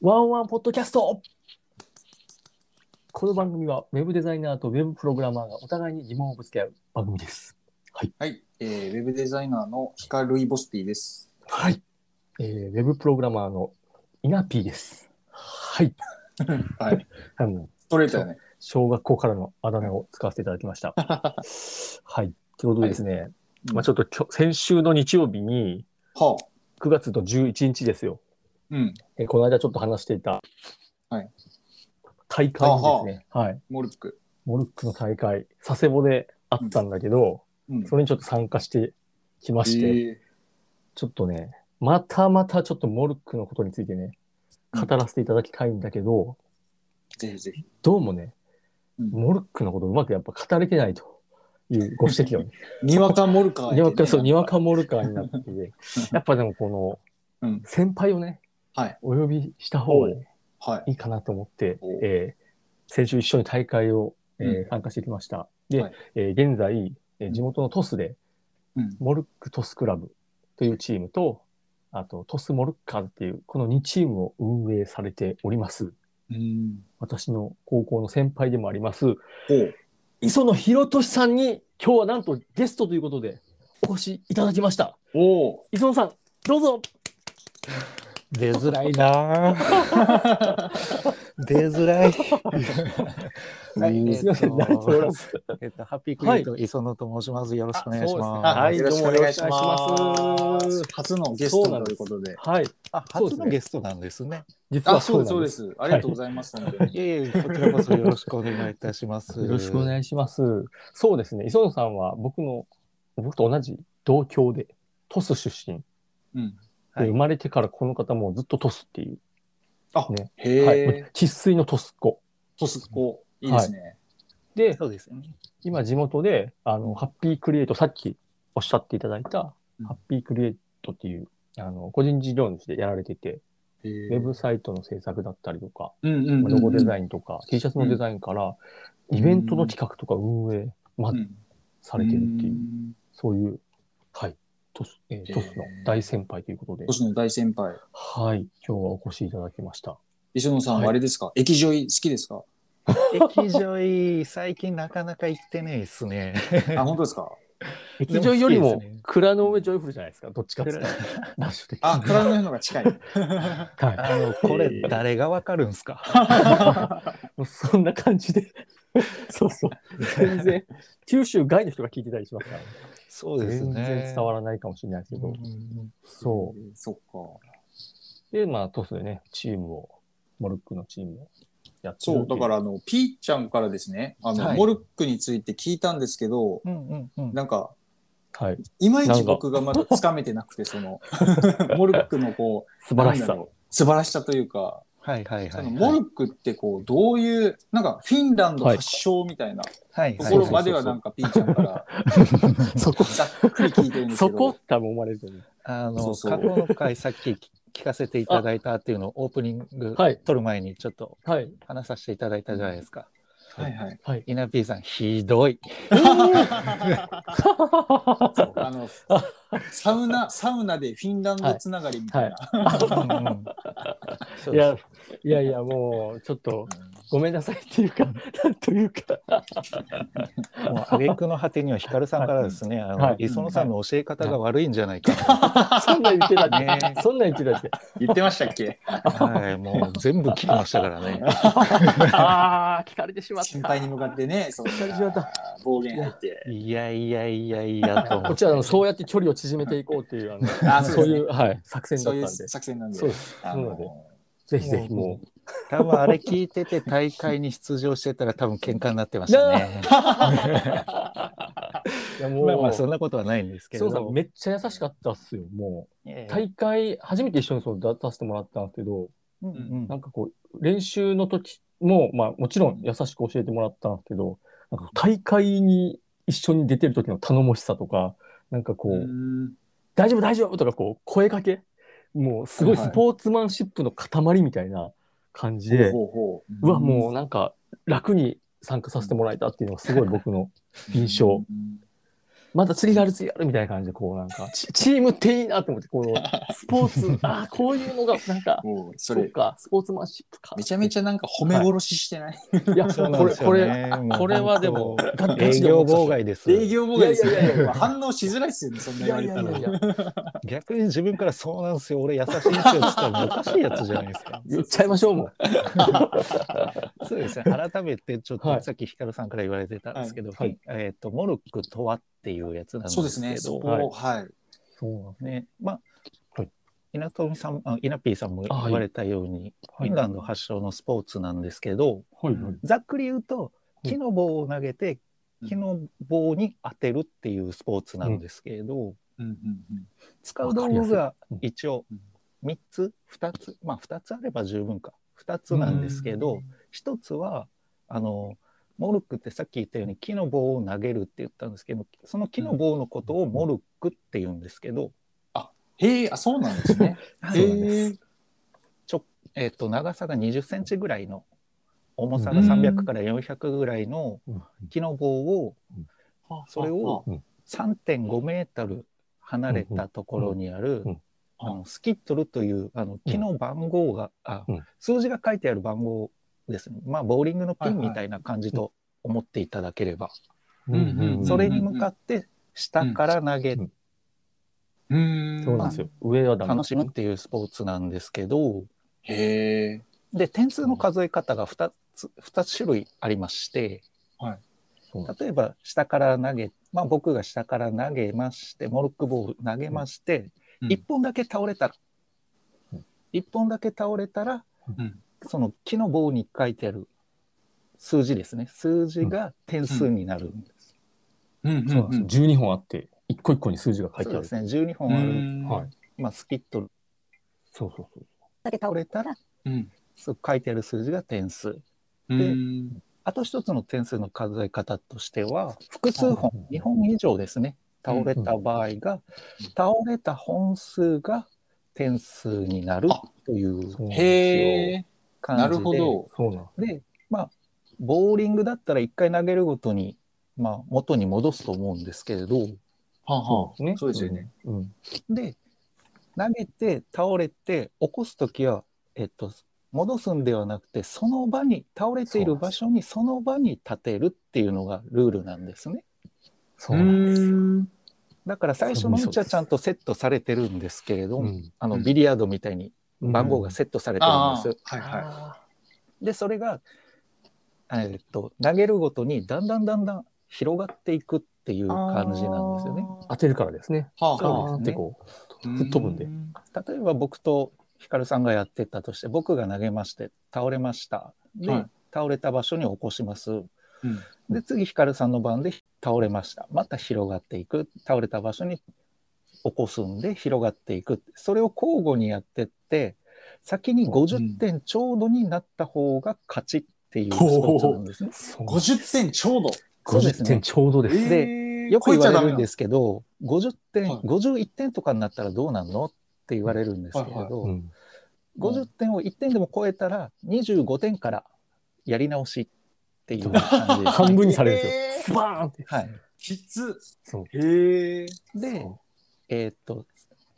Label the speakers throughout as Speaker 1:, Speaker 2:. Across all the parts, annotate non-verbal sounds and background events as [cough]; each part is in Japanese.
Speaker 1: ワンワンポッドキャストこの番組はウェブデザイナーとウェブプログラマーがお互いに疑問をぶつけ合う番組です。
Speaker 2: はい、えー、ウェブデザイナーのヒカルイ・ボステ
Speaker 1: [laughs]
Speaker 2: ィです。
Speaker 1: はい。えー、ウェブプログラマーのイナピーです。はい。
Speaker 2: はい、
Speaker 1: あの
Speaker 2: ストレートやね。
Speaker 1: 小学校からのあだ名を使わせていただきました。 [laughs] はい。ということでですね、まあちょっときょ先週の日曜日に
Speaker 2: はあ、
Speaker 1: 9月と11日ですよ。
Speaker 2: うん、
Speaker 1: えーこの間ちょっと話していた
Speaker 2: はい
Speaker 1: 大会にですね、はい。
Speaker 2: モルック。
Speaker 1: モルックの大会、佐世保であったんだけど、
Speaker 2: うん
Speaker 1: それにちょっと参加してきまして、
Speaker 2: え
Speaker 1: ちょっとね、またまたちょっとモルックのことについてね、
Speaker 2: うん
Speaker 1: 語らせていただきたいんだけど、
Speaker 2: ーぜひぜひ。
Speaker 1: どうもね、
Speaker 2: うん
Speaker 1: モルックのことうまくやっぱ語れてないというご指摘を
Speaker 2: [laughs]
Speaker 1: ね、
Speaker 2: にわかモルカーや
Speaker 1: に
Speaker 2: けどね
Speaker 1: わか、そう、にわ。
Speaker 2: なん
Speaker 1: かモルカーになって
Speaker 2: [laughs]
Speaker 1: て、やっぱでもこの、
Speaker 2: うん
Speaker 1: 先輩をね、
Speaker 2: はい
Speaker 1: お呼びした方が
Speaker 2: は
Speaker 1: い
Speaker 2: い。
Speaker 1: いかなと思って
Speaker 2: おう、
Speaker 1: えー先週一緒に大会を、えー
Speaker 2: う
Speaker 1: 参加してきました。で、
Speaker 2: はい
Speaker 1: えー現在、えー
Speaker 2: うん
Speaker 1: 地元のトスで、
Speaker 2: うん
Speaker 1: モルックトスクラブというチームと、あとトスモルッカーズっていう、この2チームを運営されております。
Speaker 2: うん。
Speaker 1: 私の高校の先輩でもあります、
Speaker 2: ほう。
Speaker 1: 磯野博俊さんに、今日はなんとゲストということで、お越しいただきました。
Speaker 2: おお。
Speaker 1: 磯野さん、どうぞ
Speaker 3: 出づらいなぁ出づらい。はい、えっ
Speaker 1: すいません、慣れておら
Speaker 3: と、
Speaker 1: ず
Speaker 3: えっと、ハッピークリート磯野と申します。よろしくお願いし
Speaker 1: あ
Speaker 3: ま
Speaker 1: は
Speaker 3: す。
Speaker 1: い
Speaker 2: よろしくお願いし
Speaker 1: どうもよろしくお願
Speaker 2: ま
Speaker 1: いします
Speaker 2: す。初のゲストということで。
Speaker 1: はい。
Speaker 3: あ、
Speaker 1: そうです
Speaker 3: 初
Speaker 1: ね
Speaker 3: のゲストなんですね。
Speaker 1: 実
Speaker 2: あ、
Speaker 1: は
Speaker 2: そう
Speaker 1: そう
Speaker 2: です、
Speaker 1: なん
Speaker 2: そ
Speaker 1: で。
Speaker 2: うですす。ありがとうございます。本当に
Speaker 3: いえいえ、こちらこそよろしくお願いいたします。
Speaker 1: よろしくお
Speaker 3: い
Speaker 1: 願いします。そうですね、磯野さんは僕の、僕と同じ同郷で、トス出身。
Speaker 2: うん。
Speaker 3: はい
Speaker 1: で生まれてからこの方もずっとトスっていう、
Speaker 2: あ
Speaker 1: ね、はい
Speaker 2: へ
Speaker 1: も
Speaker 2: え
Speaker 1: う。生粋のトスっ子。
Speaker 2: トスコ。いいですね。
Speaker 1: で、
Speaker 3: そうですよね。
Speaker 1: 今地元で、あの、
Speaker 2: うん
Speaker 1: ハッピークリエイト、さっきおっしゃっていただいた
Speaker 2: うん、
Speaker 1: ハッピークリエイトっていう、あの、個人事業主でやられてて、
Speaker 2: へ
Speaker 1: ウ
Speaker 2: え
Speaker 1: ェブサイトの制作だったりとか、
Speaker 2: うんうんうん。
Speaker 1: ロゴデ
Speaker 2: イ
Speaker 1: ザインとか、T シャツのデザインから、イベントの企画とか運営まで
Speaker 2: ン
Speaker 1: されてるっていうう、
Speaker 2: ん。
Speaker 1: そういう、はい、トス、えートスの大先輩ということで
Speaker 2: ト、スの大先輩。
Speaker 1: はい、今日はお越しいただきました。
Speaker 2: 磯野さん
Speaker 1: はい
Speaker 2: はあれですか、液状好きですか
Speaker 3: 液状い、最近なかなか行ってないっすね。
Speaker 2: あ、本当ですか
Speaker 1: 劇場より
Speaker 3: で
Speaker 1: も
Speaker 3: も好きですね、
Speaker 1: 蔵の上ジョイフルじゃないですか、どっちかっていうと、場所的に。 [laughs]
Speaker 2: あ、クラウドの方が近い。
Speaker 1: は
Speaker 3: あの、これ誰がわかるんすか
Speaker 1: い、 [laughs] もうそんな感じで、 [laughs] そうそう、全然、九州外の人が聞いてたりしますから、
Speaker 3: そうです
Speaker 1: 全
Speaker 3: ね。
Speaker 1: 然伝わらないかもしれないですけど、
Speaker 3: うん
Speaker 1: そう。
Speaker 2: う。そっか。
Speaker 1: で、まあ、トスでね、チームを、モルックのチームをやって。
Speaker 2: そう、だからら、あの、ピーちゃんからですね、あの、
Speaker 1: はい
Speaker 2: モルックについて聞いたんですけど、
Speaker 3: うんうんうん。
Speaker 2: なんか、
Speaker 1: はい。
Speaker 2: いまい
Speaker 1: な
Speaker 2: ち
Speaker 1: んか
Speaker 2: 僕がまだつかめてなくて、その、 [laughs] モルックのこう、
Speaker 1: 素晴らし
Speaker 2: なんだ
Speaker 1: さ。
Speaker 2: ろう素晴らしさというか、
Speaker 3: はいはいはい
Speaker 2: そ
Speaker 3: はい。
Speaker 2: のモルックってこう、どういう、なんか、フィンランド発祥みたいな
Speaker 3: はい
Speaker 2: と
Speaker 3: は
Speaker 2: こ
Speaker 3: い
Speaker 2: ろ
Speaker 3: は
Speaker 2: ま
Speaker 3: い。
Speaker 2: では、なんか、ピーちゃんから、
Speaker 1: そこ、
Speaker 2: ざっくり聞いてるんです
Speaker 1: そ
Speaker 2: けど、
Speaker 1: こ多分思われると思う。
Speaker 3: あの
Speaker 2: そうそう
Speaker 3: 過去の回さっき聞聞かせていただいたっていうのをオープニング
Speaker 1: はい
Speaker 3: 撮る前にちょっと
Speaker 1: はい。
Speaker 3: 話させていただいたじゃないですか。
Speaker 2: はいはい。
Speaker 1: はい。
Speaker 3: 稲 P さんひどい。
Speaker 2: そうあの、サウナ、サウナでフィンランドつながりみたいな。
Speaker 1: いや、いやいや、もう、ちょっと、ごめんなさいっていうか、なんというか。
Speaker 3: もう挙句の果てにはヒカルさんからですね、あの
Speaker 1: はい
Speaker 3: 磯野さんの教え方が悪いんじゃないかと、
Speaker 1: そんなん言ってたっ
Speaker 3: ね
Speaker 1: て。そんなん言ってたって。
Speaker 2: 言ってましたっけ
Speaker 3: はい、もう全部聞きましたからね。
Speaker 1: ああ、聞かれてしまった。
Speaker 2: 先輩に向かって [laughs] ね、そう
Speaker 1: 疲れちまった
Speaker 2: 暴言入って。
Speaker 3: いやいやいやいやと
Speaker 1: [laughs]
Speaker 3: 思
Speaker 1: こ
Speaker 3: っ
Speaker 1: ち
Speaker 3: て
Speaker 1: らの、そうやって距離を縮めていこうっていう、あの
Speaker 2: あーそ
Speaker 1: そう
Speaker 2: うですね
Speaker 1: いう、はい、作戦だっ
Speaker 2: そ
Speaker 1: た
Speaker 2: う
Speaker 1: ん
Speaker 2: い
Speaker 1: で
Speaker 2: う。作戦なんで。
Speaker 1: そうです
Speaker 2: あの
Speaker 1: なのでぜひぜひ、もう。
Speaker 3: 多分あれ聞いてて大会に出場してたら多分喧嘩になってました
Speaker 1: [laughs]
Speaker 3: ね。
Speaker 1: いや、
Speaker 3: まあま
Speaker 1: も
Speaker 3: あ
Speaker 1: う、
Speaker 3: そ
Speaker 1: そ
Speaker 3: んなことはないんですけ
Speaker 1: うさん、
Speaker 3: ど。
Speaker 1: めっちゃ優しかったっすよ、もう。
Speaker 3: ええ
Speaker 1: 大会、初めて一緒にそう出させてもらったんですけど、
Speaker 3: うんうん
Speaker 1: なんかこう、練習の時も、まあもちろん優しく教えてもらったんですけど、なんか大会に一緒に出てる時の頼もしさとか、なんかこう、
Speaker 2: うん
Speaker 1: 大丈夫大丈夫とかこう、声かけ、もうすごい
Speaker 2: はい
Speaker 1: スポーツマンシップの塊みたいな感じで、
Speaker 2: ほうほ
Speaker 1: うわ、もうなんか楽に参加させてもらえたっていうのがすごい僕の印象。
Speaker 2: うん
Speaker 1: まだ次がある次があるみたいな感じで、こうなんか、チチームっていいなって思って、こう、スポ
Speaker 2: [laughs]
Speaker 1: ーツ、ああ、こういうのが、なんか、
Speaker 2: もう、そ
Speaker 1: そう
Speaker 2: れ、
Speaker 1: か、スポーツマンシップか。
Speaker 2: めちゃめちゃなんか褒め殺ししてない。
Speaker 1: いや、
Speaker 3: そうな
Speaker 1: こ
Speaker 3: んで
Speaker 1: れ、
Speaker 3: すよ
Speaker 1: これ、
Speaker 3: ね。
Speaker 1: これはでも、
Speaker 3: もう、営業妨害です。
Speaker 2: 営業妨害ですよ
Speaker 1: いやいやいやい
Speaker 2: ね。
Speaker 1: や
Speaker 2: 反応しづらいっすよね、そんな言われたら。
Speaker 3: 逆に自分からそうなんですよ、俺優しいんですよって言ったらおかしいやつじゃな
Speaker 1: [laughs]
Speaker 3: いですか。
Speaker 1: 言っちゃいましょうもん。
Speaker 3: そうですね。改めて、ちょっ
Speaker 1: はい
Speaker 3: とさっきヒカルさんから言われてたんですけど、
Speaker 1: はい
Speaker 3: えっ、と、モルックとはっていうやつなんです
Speaker 2: そ
Speaker 3: けど、
Speaker 2: うですね、そこ
Speaker 1: はい
Speaker 2: を、はい。
Speaker 1: そうなん
Speaker 3: ね、まあ、
Speaker 1: はい
Speaker 3: 稲富さん、あ稲ーさんも言
Speaker 1: あはい
Speaker 3: われたように、フィンランド発祥のスポーツなんですけど、
Speaker 1: はいはい。
Speaker 3: ざっくり言うと、
Speaker 1: うん
Speaker 3: 木の棒を投げて、
Speaker 2: うん
Speaker 3: 木の棒に当てるっていうスポーツなんですけれど、
Speaker 2: うんうんうん
Speaker 3: 使う道具が一応
Speaker 2: うん
Speaker 3: 3つ、2つ、まあ2つあれば十分か、2つなんですけど、、一つはあのモルックってさっき言ったように木の棒を投げるって言ったんですけどその木の棒のことをモルックって言うんですけど、
Speaker 2: へえ、あ、そうなんですね。
Speaker 3: はいそうなんです
Speaker 2: へえ。
Speaker 3: えっと長さが2 0センチぐらいの重さ
Speaker 1: う
Speaker 3: が
Speaker 1: ん
Speaker 3: 300から400ぐらいの木の棒をそれを3.5メートル離れたところにある、
Speaker 1: うん
Speaker 3: あのスキットルというあの木の番号が、あ
Speaker 1: うん
Speaker 3: 数字が書いてある番号ですねまあボーリングのピンみたいな感じと思っていただければ、
Speaker 1: うんうんうん
Speaker 3: それに向かって下から投げて
Speaker 2: うーん。
Speaker 1: そうなんですよ。上はダメ。
Speaker 3: 楽しむっていうスポーツなんですけど、
Speaker 2: へえ。
Speaker 3: で、点数の数え方が2つ、二種類ありまして、
Speaker 1: そうなんです
Speaker 3: 例えば下から投げ、まあ僕が下から投げまして、モルック棒を投げまして、
Speaker 2: うん
Speaker 3: 1本だけ倒れたら
Speaker 1: うん、
Speaker 3: 1本だけ倒れたら
Speaker 2: うん、
Speaker 3: その木の棒に書いてある数字ですね。数字が点数になるんです。
Speaker 2: うんうん
Speaker 1: そうなんですよ。12本あって、一個一個に数字が書い
Speaker 3: そ
Speaker 1: て
Speaker 3: う
Speaker 1: あ
Speaker 3: で
Speaker 1: る。
Speaker 3: すね。12
Speaker 2: う
Speaker 3: 本ある、
Speaker 2: ん
Speaker 1: はい。
Speaker 3: まあスキットル
Speaker 1: そうそうそう。
Speaker 3: だけ倒れたら、
Speaker 2: うん
Speaker 3: そう書いてある数字が点数。
Speaker 2: うん
Speaker 3: あと一つの点数の数え方としては、複数本
Speaker 1: うん、
Speaker 3: 2本以上ですね、倒れた場合が、倒れた本数が点数になる
Speaker 2: あ
Speaker 3: という
Speaker 1: そうなん
Speaker 2: へ
Speaker 1: で
Speaker 2: え。
Speaker 3: 感じで。
Speaker 2: なるほ。ど。
Speaker 1: すよ。そうなん
Speaker 3: で、まあ、ボーリングだったら1回投げるごとに、まあ、元に戻すと思うんですけれど、
Speaker 2: はあはあ。
Speaker 1: ね。
Speaker 2: そうですよね。
Speaker 1: うん。うん。
Speaker 3: で、投げて、倒れて、起こすときは、えっと、戻すんではなくて、その場に、倒れている場所に、その場に立てるっていうのがルールなんですね。
Speaker 1: そうなんですよ。
Speaker 2: ん。
Speaker 3: だから最初のうちはちゃんとセットされてるんですけれども、あの
Speaker 2: うん
Speaker 3: ビリヤードみたいに
Speaker 1: うん
Speaker 3: 番号がセットされてる
Speaker 2: あ
Speaker 3: ん
Speaker 2: あ
Speaker 3: です。
Speaker 2: はいはい。
Speaker 3: でそれが、えーっと投げるごとにだんだんだんだん広がっていくっていう感じなんですよね。
Speaker 1: 当てるからですね。
Speaker 2: はあ
Speaker 3: そう
Speaker 2: は
Speaker 3: ですね
Speaker 1: ガーンってこう、吹っ飛ぶんで。
Speaker 3: 例えば僕とヒカルさんがやってたとして僕が投げまして倒れました。で、
Speaker 2: はい
Speaker 3: 倒れた場所に起こします。
Speaker 2: うん
Speaker 3: で次ヒカルさんの番で倒れました。また広がっていく。倒れた場所に起こすんで広がっていく。それを交互にやってって先に50点ちょうどになった方が勝ちっていうスポーツなんですね。
Speaker 1: そう
Speaker 2: 五十点ちょうど。
Speaker 3: そうで
Speaker 1: 50
Speaker 3: すね
Speaker 1: 点ちょうどです。
Speaker 3: で
Speaker 2: えー
Speaker 3: よく言わ
Speaker 2: 超え
Speaker 3: れ
Speaker 2: ちゃダメ
Speaker 3: る
Speaker 2: なん
Speaker 3: ですけど、50点、
Speaker 2: はい
Speaker 3: 51点とかになったらどうなんのって言われるんですけれ
Speaker 2: はい
Speaker 3: ど
Speaker 1: う、ん
Speaker 3: 50点を1点でも超えたら25点からやり直しっていう感じですね、
Speaker 1: [laughs] 半分にされるんですよ。
Speaker 2: えー
Speaker 1: スバーンって。
Speaker 3: はい、
Speaker 2: きつ。
Speaker 1: そう。
Speaker 2: へえ。
Speaker 3: で
Speaker 1: そ、
Speaker 3: えーっと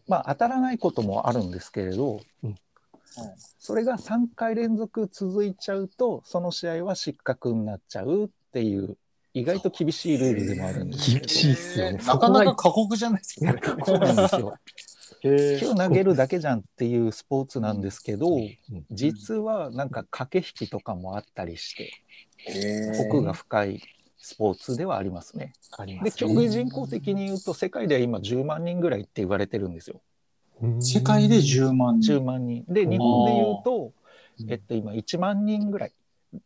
Speaker 3: まあ、当たらないこともあるんですけれど、
Speaker 1: うん
Speaker 3: それが3回連続続いちゃうとその試合は失格になっちゃうっていう意外と厳しいルールでもあるんですけど
Speaker 1: 厳。しいっすよね。
Speaker 2: なかなか過酷じゃないですか。
Speaker 3: そうなんです
Speaker 1: [laughs]
Speaker 3: よ。
Speaker 2: へえ
Speaker 3: 今日投げるだけじゃんっていうスポーツなんですけど、
Speaker 1: うん
Speaker 3: 実はなんか駆け引きとかもあったりして、
Speaker 2: へー
Speaker 3: 奥が深いスポーツではありますね。
Speaker 1: ありま
Speaker 3: で、
Speaker 1: す
Speaker 3: 競
Speaker 1: ね
Speaker 3: 技人口的に言うと、世界では今10万人ぐらいって言われてるんですよ。
Speaker 1: うん
Speaker 2: 世界で10万人。
Speaker 3: 10万人。で、日本で言うと
Speaker 1: う、ん
Speaker 3: えっと、今1万人ぐらい。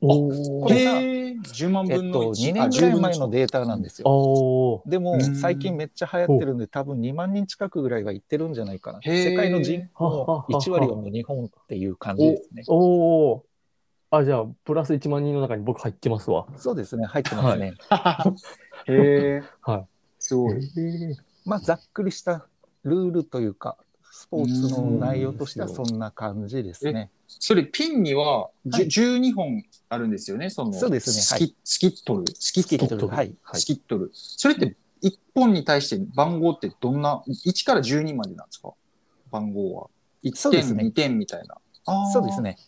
Speaker 1: お
Speaker 3: こ
Speaker 1: ー
Speaker 3: れが
Speaker 2: えー、10万
Speaker 3: え
Speaker 2: 分の
Speaker 3: っと、
Speaker 2: 1。
Speaker 3: 2
Speaker 2: あ
Speaker 3: 年ぐらい前の。データなんですよ。
Speaker 1: お
Speaker 3: で
Speaker 2: う
Speaker 3: も
Speaker 2: ん
Speaker 3: 最近めっちゃ流行ってるんで多分2万人近くぐらいはいってるんじゃないかな。
Speaker 2: へー
Speaker 3: 世界の人口の1割はもう日本っていう感じですね
Speaker 1: ー。。おー。あ、じゃあ、プラス1万人の中に僕入ってますわ。
Speaker 3: そうですね、入ってますね。
Speaker 2: 10へえ。 [laughs]
Speaker 1: はい。
Speaker 2: すごい。
Speaker 3: まあ、ざっくりしたルールというか、スポーツの内容としては
Speaker 1: うん
Speaker 3: そんな感じですね。
Speaker 2: それピンには、
Speaker 3: はい
Speaker 2: じゅ12本あるんですよね、その。
Speaker 3: そうですね
Speaker 2: ス
Speaker 3: は
Speaker 2: キスキットル。スキ
Speaker 3: スキッ
Speaker 2: ッ
Speaker 3: ト
Speaker 2: ト
Speaker 3: ル
Speaker 2: ル。
Speaker 3: はいはい
Speaker 2: スキットル。それって1本に対して番号ってどんな、1から12までなんですか番号は。1
Speaker 3: そうです
Speaker 2: 点、
Speaker 3: ね
Speaker 2: 2点みたいな。あー
Speaker 3: そうです。ね。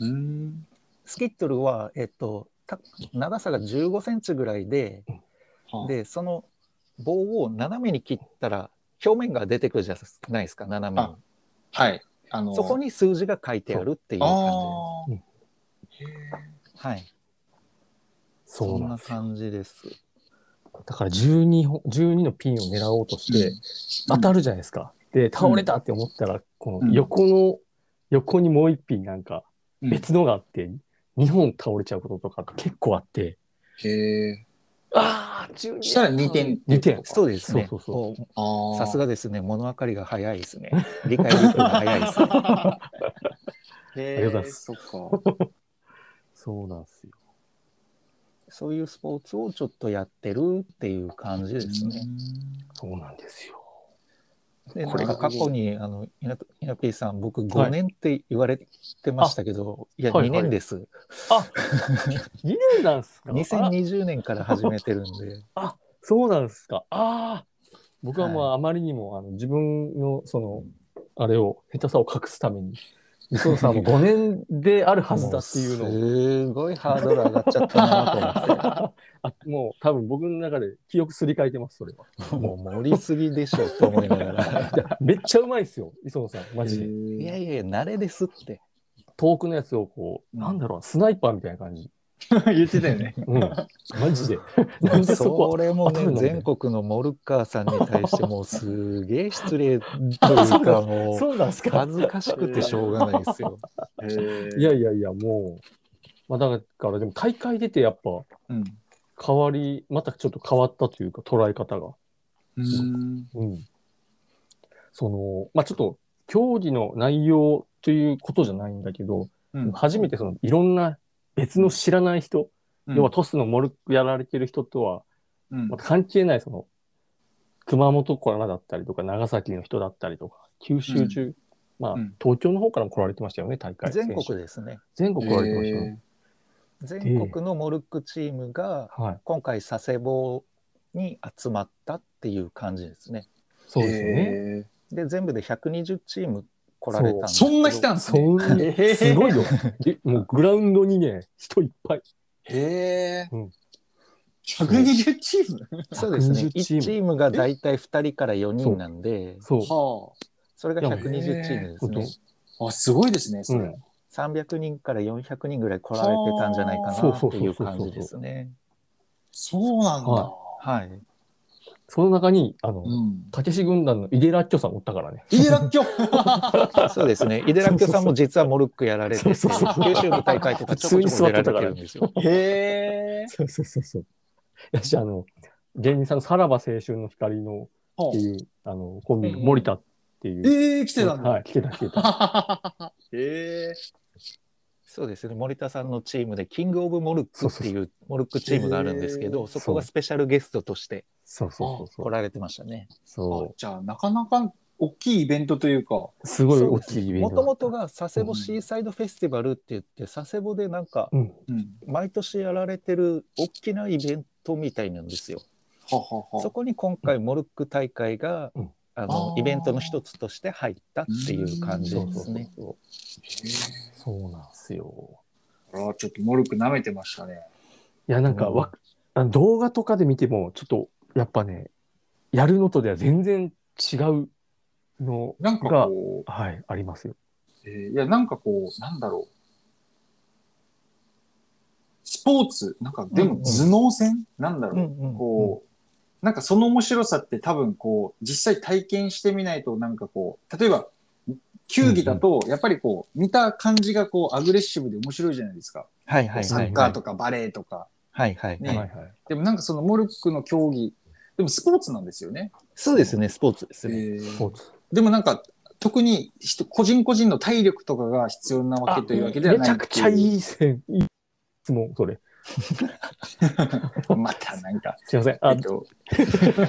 Speaker 2: うん。
Speaker 3: スキットルは、えっと、た長さが15センチぐらいで、
Speaker 2: はあ
Speaker 3: で、その棒を斜めに切ったら、表面が出てくるじゃないですか、斜めに。
Speaker 2: はい。あの
Speaker 3: そこに数字が書いてあるっていう
Speaker 2: あ
Speaker 3: 感
Speaker 2: あー、
Speaker 1: うん
Speaker 2: へー
Speaker 3: じです。はい。
Speaker 1: そ
Speaker 3: そ
Speaker 1: うんなん
Speaker 3: な
Speaker 1: ですよ。
Speaker 3: 感じです。
Speaker 1: だから12本、12のピンを狙おうとして、当たるじゃないですか。で、倒れたって思ったら、こ
Speaker 2: うん
Speaker 1: の横の、横にもう一品なんか
Speaker 2: うん
Speaker 1: 別のがあって、2本倒れちゃうこととか結構あって、
Speaker 2: へえ。
Speaker 1: ああ、12
Speaker 2: したら2点。
Speaker 1: 2点。
Speaker 3: そうですね。
Speaker 1: そうそう
Speaker 3: お
Speaker 2: ああ。
Speaker 3: さす。がですね、物分かりが早いですね。理解力が早いで
Speaker 2: [laughs]
Speaker 3: すね。
Speaker 2: へえ。。
Speaker 1: ありがとうございます
Speaker 2: そっか。
Speaker 1: そうなんですよ。
Speaker 3: そういうスポーツをちょっとやってるっていう感じですね。
Speaker 1: そうなんですよ。
Speaker 3: で、
Speaker 2: こ
Speaker 3: な
Speaker 2: れ
Speaker 3: ん
Speaker 2: が
Speaker 3: か過去に、あの、稲稲ーさん、僕5
Speaker 1: はい
Speaker 3: 年って言われてましたけど、い、や、
Speaker 1: はいは
Speaker 3: 2
Speaker 1: い
Speaker 3: 年です。
Speaker 1: 2年なんすかあ
Speaker 3: 2020年から始めてるんで、
Speaker 1: そうなんですか。ああ。僕はもう
Speaker 3: は
Speaker 1: あまりにも、あの自分のその、あれを、下手さを隠すために、磯野さんも5年であるはずだっていうのを
Speaker 3: もすごいハードル上がっちゃったなと思っ
Speaker 1: [laughs] あもう多分僕の中で記憶すり替えてます、それは。
Speaker 3: て、もう盛りすぎでしょと思いながら。
Speaker 1: いやめっちゃうまいですよ、磯野さん、マジで。
Speaker 3: い
Speaker 2: へ
Speaker 3: や
Speaker 2: え。
Speaker 3: いやいや、慣れですって。
Speaker 1: 遠くのやつをこう、なんだろう、スナイパーみたいな感じ。
Speaker 2: [laughs] 言ってたよね。
Speaker 1: うん、マジ [laughs] で。なんでそこ
Speaker 3: [laughs] そ
Speaker 1: は
Speaker 3: れも
Speaker 1: 当たる
Speaker 3: ね、
Speaker 1: のね
Speaker 3: 全国のモルカーさんに対してもうすげえ失礼というか、もう
Speaker 1: そうなんですか。
Speaker 3: 恥ずかしくてしょうがないですよ。
Speaker 2: へえ
Speaker 1: いやいやいや、もう、まあ、だからでも大会出てやっぱ
Speaker 2: うん。
Speaker 1: 変わり、またちょっと変わったというか、捉え方が。
Speaker 2: うん。
Speaker 1: うん。その、まあちょっと、競技の内容ということじゃないんだけど、
Speaker 2: うん
Speaker 1: 初めてそのいろんな別の知らない人、要は、トスのモルックやられてる人とは、
Speaker 2: うん
Speaker 1: また関係ないその熊本からだったりとか長崎の人だったりとか九州中、まあ、
Speaker 2: うん
Speaker 1: 東京の方からも来られてましたよね大会
Speaker 3: 全
Speaker 1: 選手
Speaker 3: 国ですね。
Speaker 1: 全国来られてましたね、
Speaker 3: 全国のモルックチームが
Speaker 1: はい
Speaker 3: 今回佐世保に集まったっていう感じですね。
Speaker 1: そうですよね、
Speaker 2: ね。
Speaker 3: で、全部で120チーム来られたんです
Speaker 2: そんな来たんす
Speaker 1: そ
Speaker 2: ね。
Speaker 1: んな
Speaker 2: へー
Speaker 1: すごいよでもうグラウンドにね人いっぱい
Speaker 2: へえ
Speaker 1: うん。
Speaker 2: 120チーム
Speaker 3: そうですね。
Speaker 1: 120
Speaker 3: 1
Speaker 1: チ
Speaker 3: チ
Speaker 1: ーム
Speaker 3: ームが大体2人から4人なんで、
Speaker 1: そう
Speaker 2: は
Speaker 3: それが120チームです
Speaker 1: いやも
Speaker 3: ね
Speaker 1: う。
Speaker 2: あ。あ、すごいですね、それ。
Speaker 1: うん
Speaker 3: 300人から400人ぐらい来られてたんじゃないか
Speaker 1: は
Speaker 3: な
Speaker 1: あ
Speaker 3: っていう感じですね。
Speaker 2: そうなんだ。
Speaker 1: は
Speaker 3: はい。
Speaker 1: その中にあの、
Speaker 2: うん。
Speaker 1: たけし軍団の井出らっきょさんおったからね
Speaker 2: イデラ
Speaker 1: [laughs]
Speaker 2: ッキョ
Speaker 3: そうですね。井出らっきょさんも実はモルックやられてて、
Speaker 1: そう
Speaker 3: 九
Speaker 1: そうそう
Speaker 3: 州の大会とかちょこちょこ出られてるんですよ。
Speaker 2: へえ。
Speaker 1: そうそうそうそうやしあの芸人さんのさらば青春の光の
Speaker 2: は
Speaker 1: っていうあのコンビの森田っていう、
Speaker 2: ええ、来てたんだ。
Speaker 1: はい来てた来てた
Speaker 2: [laughs] へえ。
Speaker 3: そうですね。森田さんのチームで、キング・オブ・モルックっていうモルックチームがあるんですけ
Speaker 2: へ
Speaker 3: ど、
Speaker 2: ー
Speaker 3: そこがスペシャルゲストとして
Speaker 1: そうそうそう
Speaker 3: 来
Speaker 1: そう。
Speaker 3: られてましたね。
Speaker 2: あ
Speaker 1: そ
Speaker 2: じゃあ、なかなか大きいイベントというか。
Speaker 1: う。すごい大きいイベント。
Speaker 3: もともとが佐世保シーサイドフェスティバルって言って、佐世保でなんか、
Speaker 1: うん。
Speaker 2: うん。
Speaker 3: 毎年やられてる大きなイベントみたいなんですよ。
Speaker 2: ははは
Speaker 3: そこに今回モルック大会が、
Speaker 1: うん
Speaker 3: あの
Speaker 2: あー
Speaker 3: イベントの一つとして入ったっていう感じですね。
Speaker 1: そう
Speaker 2: へえ
Speaker 1: そうなんですよ。
Speaker 2: あらちょっとモルック舐めてましたね。
Speaker 1: いや、なんかわ、あの動画とかで見ても、ちょっと、やっぱね、やるのとでは全然違うの、
Speaker 2: なんかこ
Speaker 1: はい、ありますよ。
Speaker 2: う、えーいや、なんかこう、なんだろう。スポーツ、なんかで
Speaker 3: う
Speaker 2: も
Speaker 3: んうん
Speaker 2: 頭脳戦、なんだろう。
Speaker 3: うんうん
Speaker 2: こう、なんかその面白さって多分こう、実際体験してみないと、なんかこう、例えば、球技だと、やっぱりこう、見た感じがこう、アグレッシブで面白いじゃないですか。
Speaker 3: はいはい
Speaker 2: サ
Speaker 3: は
Speaker 2: ッ
Speaker 3: い
Speaker 2: カ
Speaker 3: は
Speaker 2: ー
Speaker 3: い
Speaker 2: とかバレーとか。
Speaker 3: はいはい
Speaker 2: ね
Speaker 1: はいはい。
Speaker 2: でもなんかそのモルックの競技、でもスポーツなんですよね。
Speaker 3: そうですねスポーツですね、
Speaker 2: え
Speaker 1: ス
Speaker 2: ー
Speaker 1: ポーツ。
Speaker 2: でもなんか、特に人個人個人の体力とかが必要なわけというわけでは
Speaker 1: め
Speaker 2: な
Speaker 1: ち
Speaker 2: い
Speaker 1: ゃ
Speaker 2: って
Speaker 1: く
Speaker 2: う
Speaker 1: ちゃいい線。いい質問、それ。
Speaker 2: またなんか、
Speaker 1: すいません。
Speaker 2: え
Speaker 1: あ
Speaker 2: っ、と、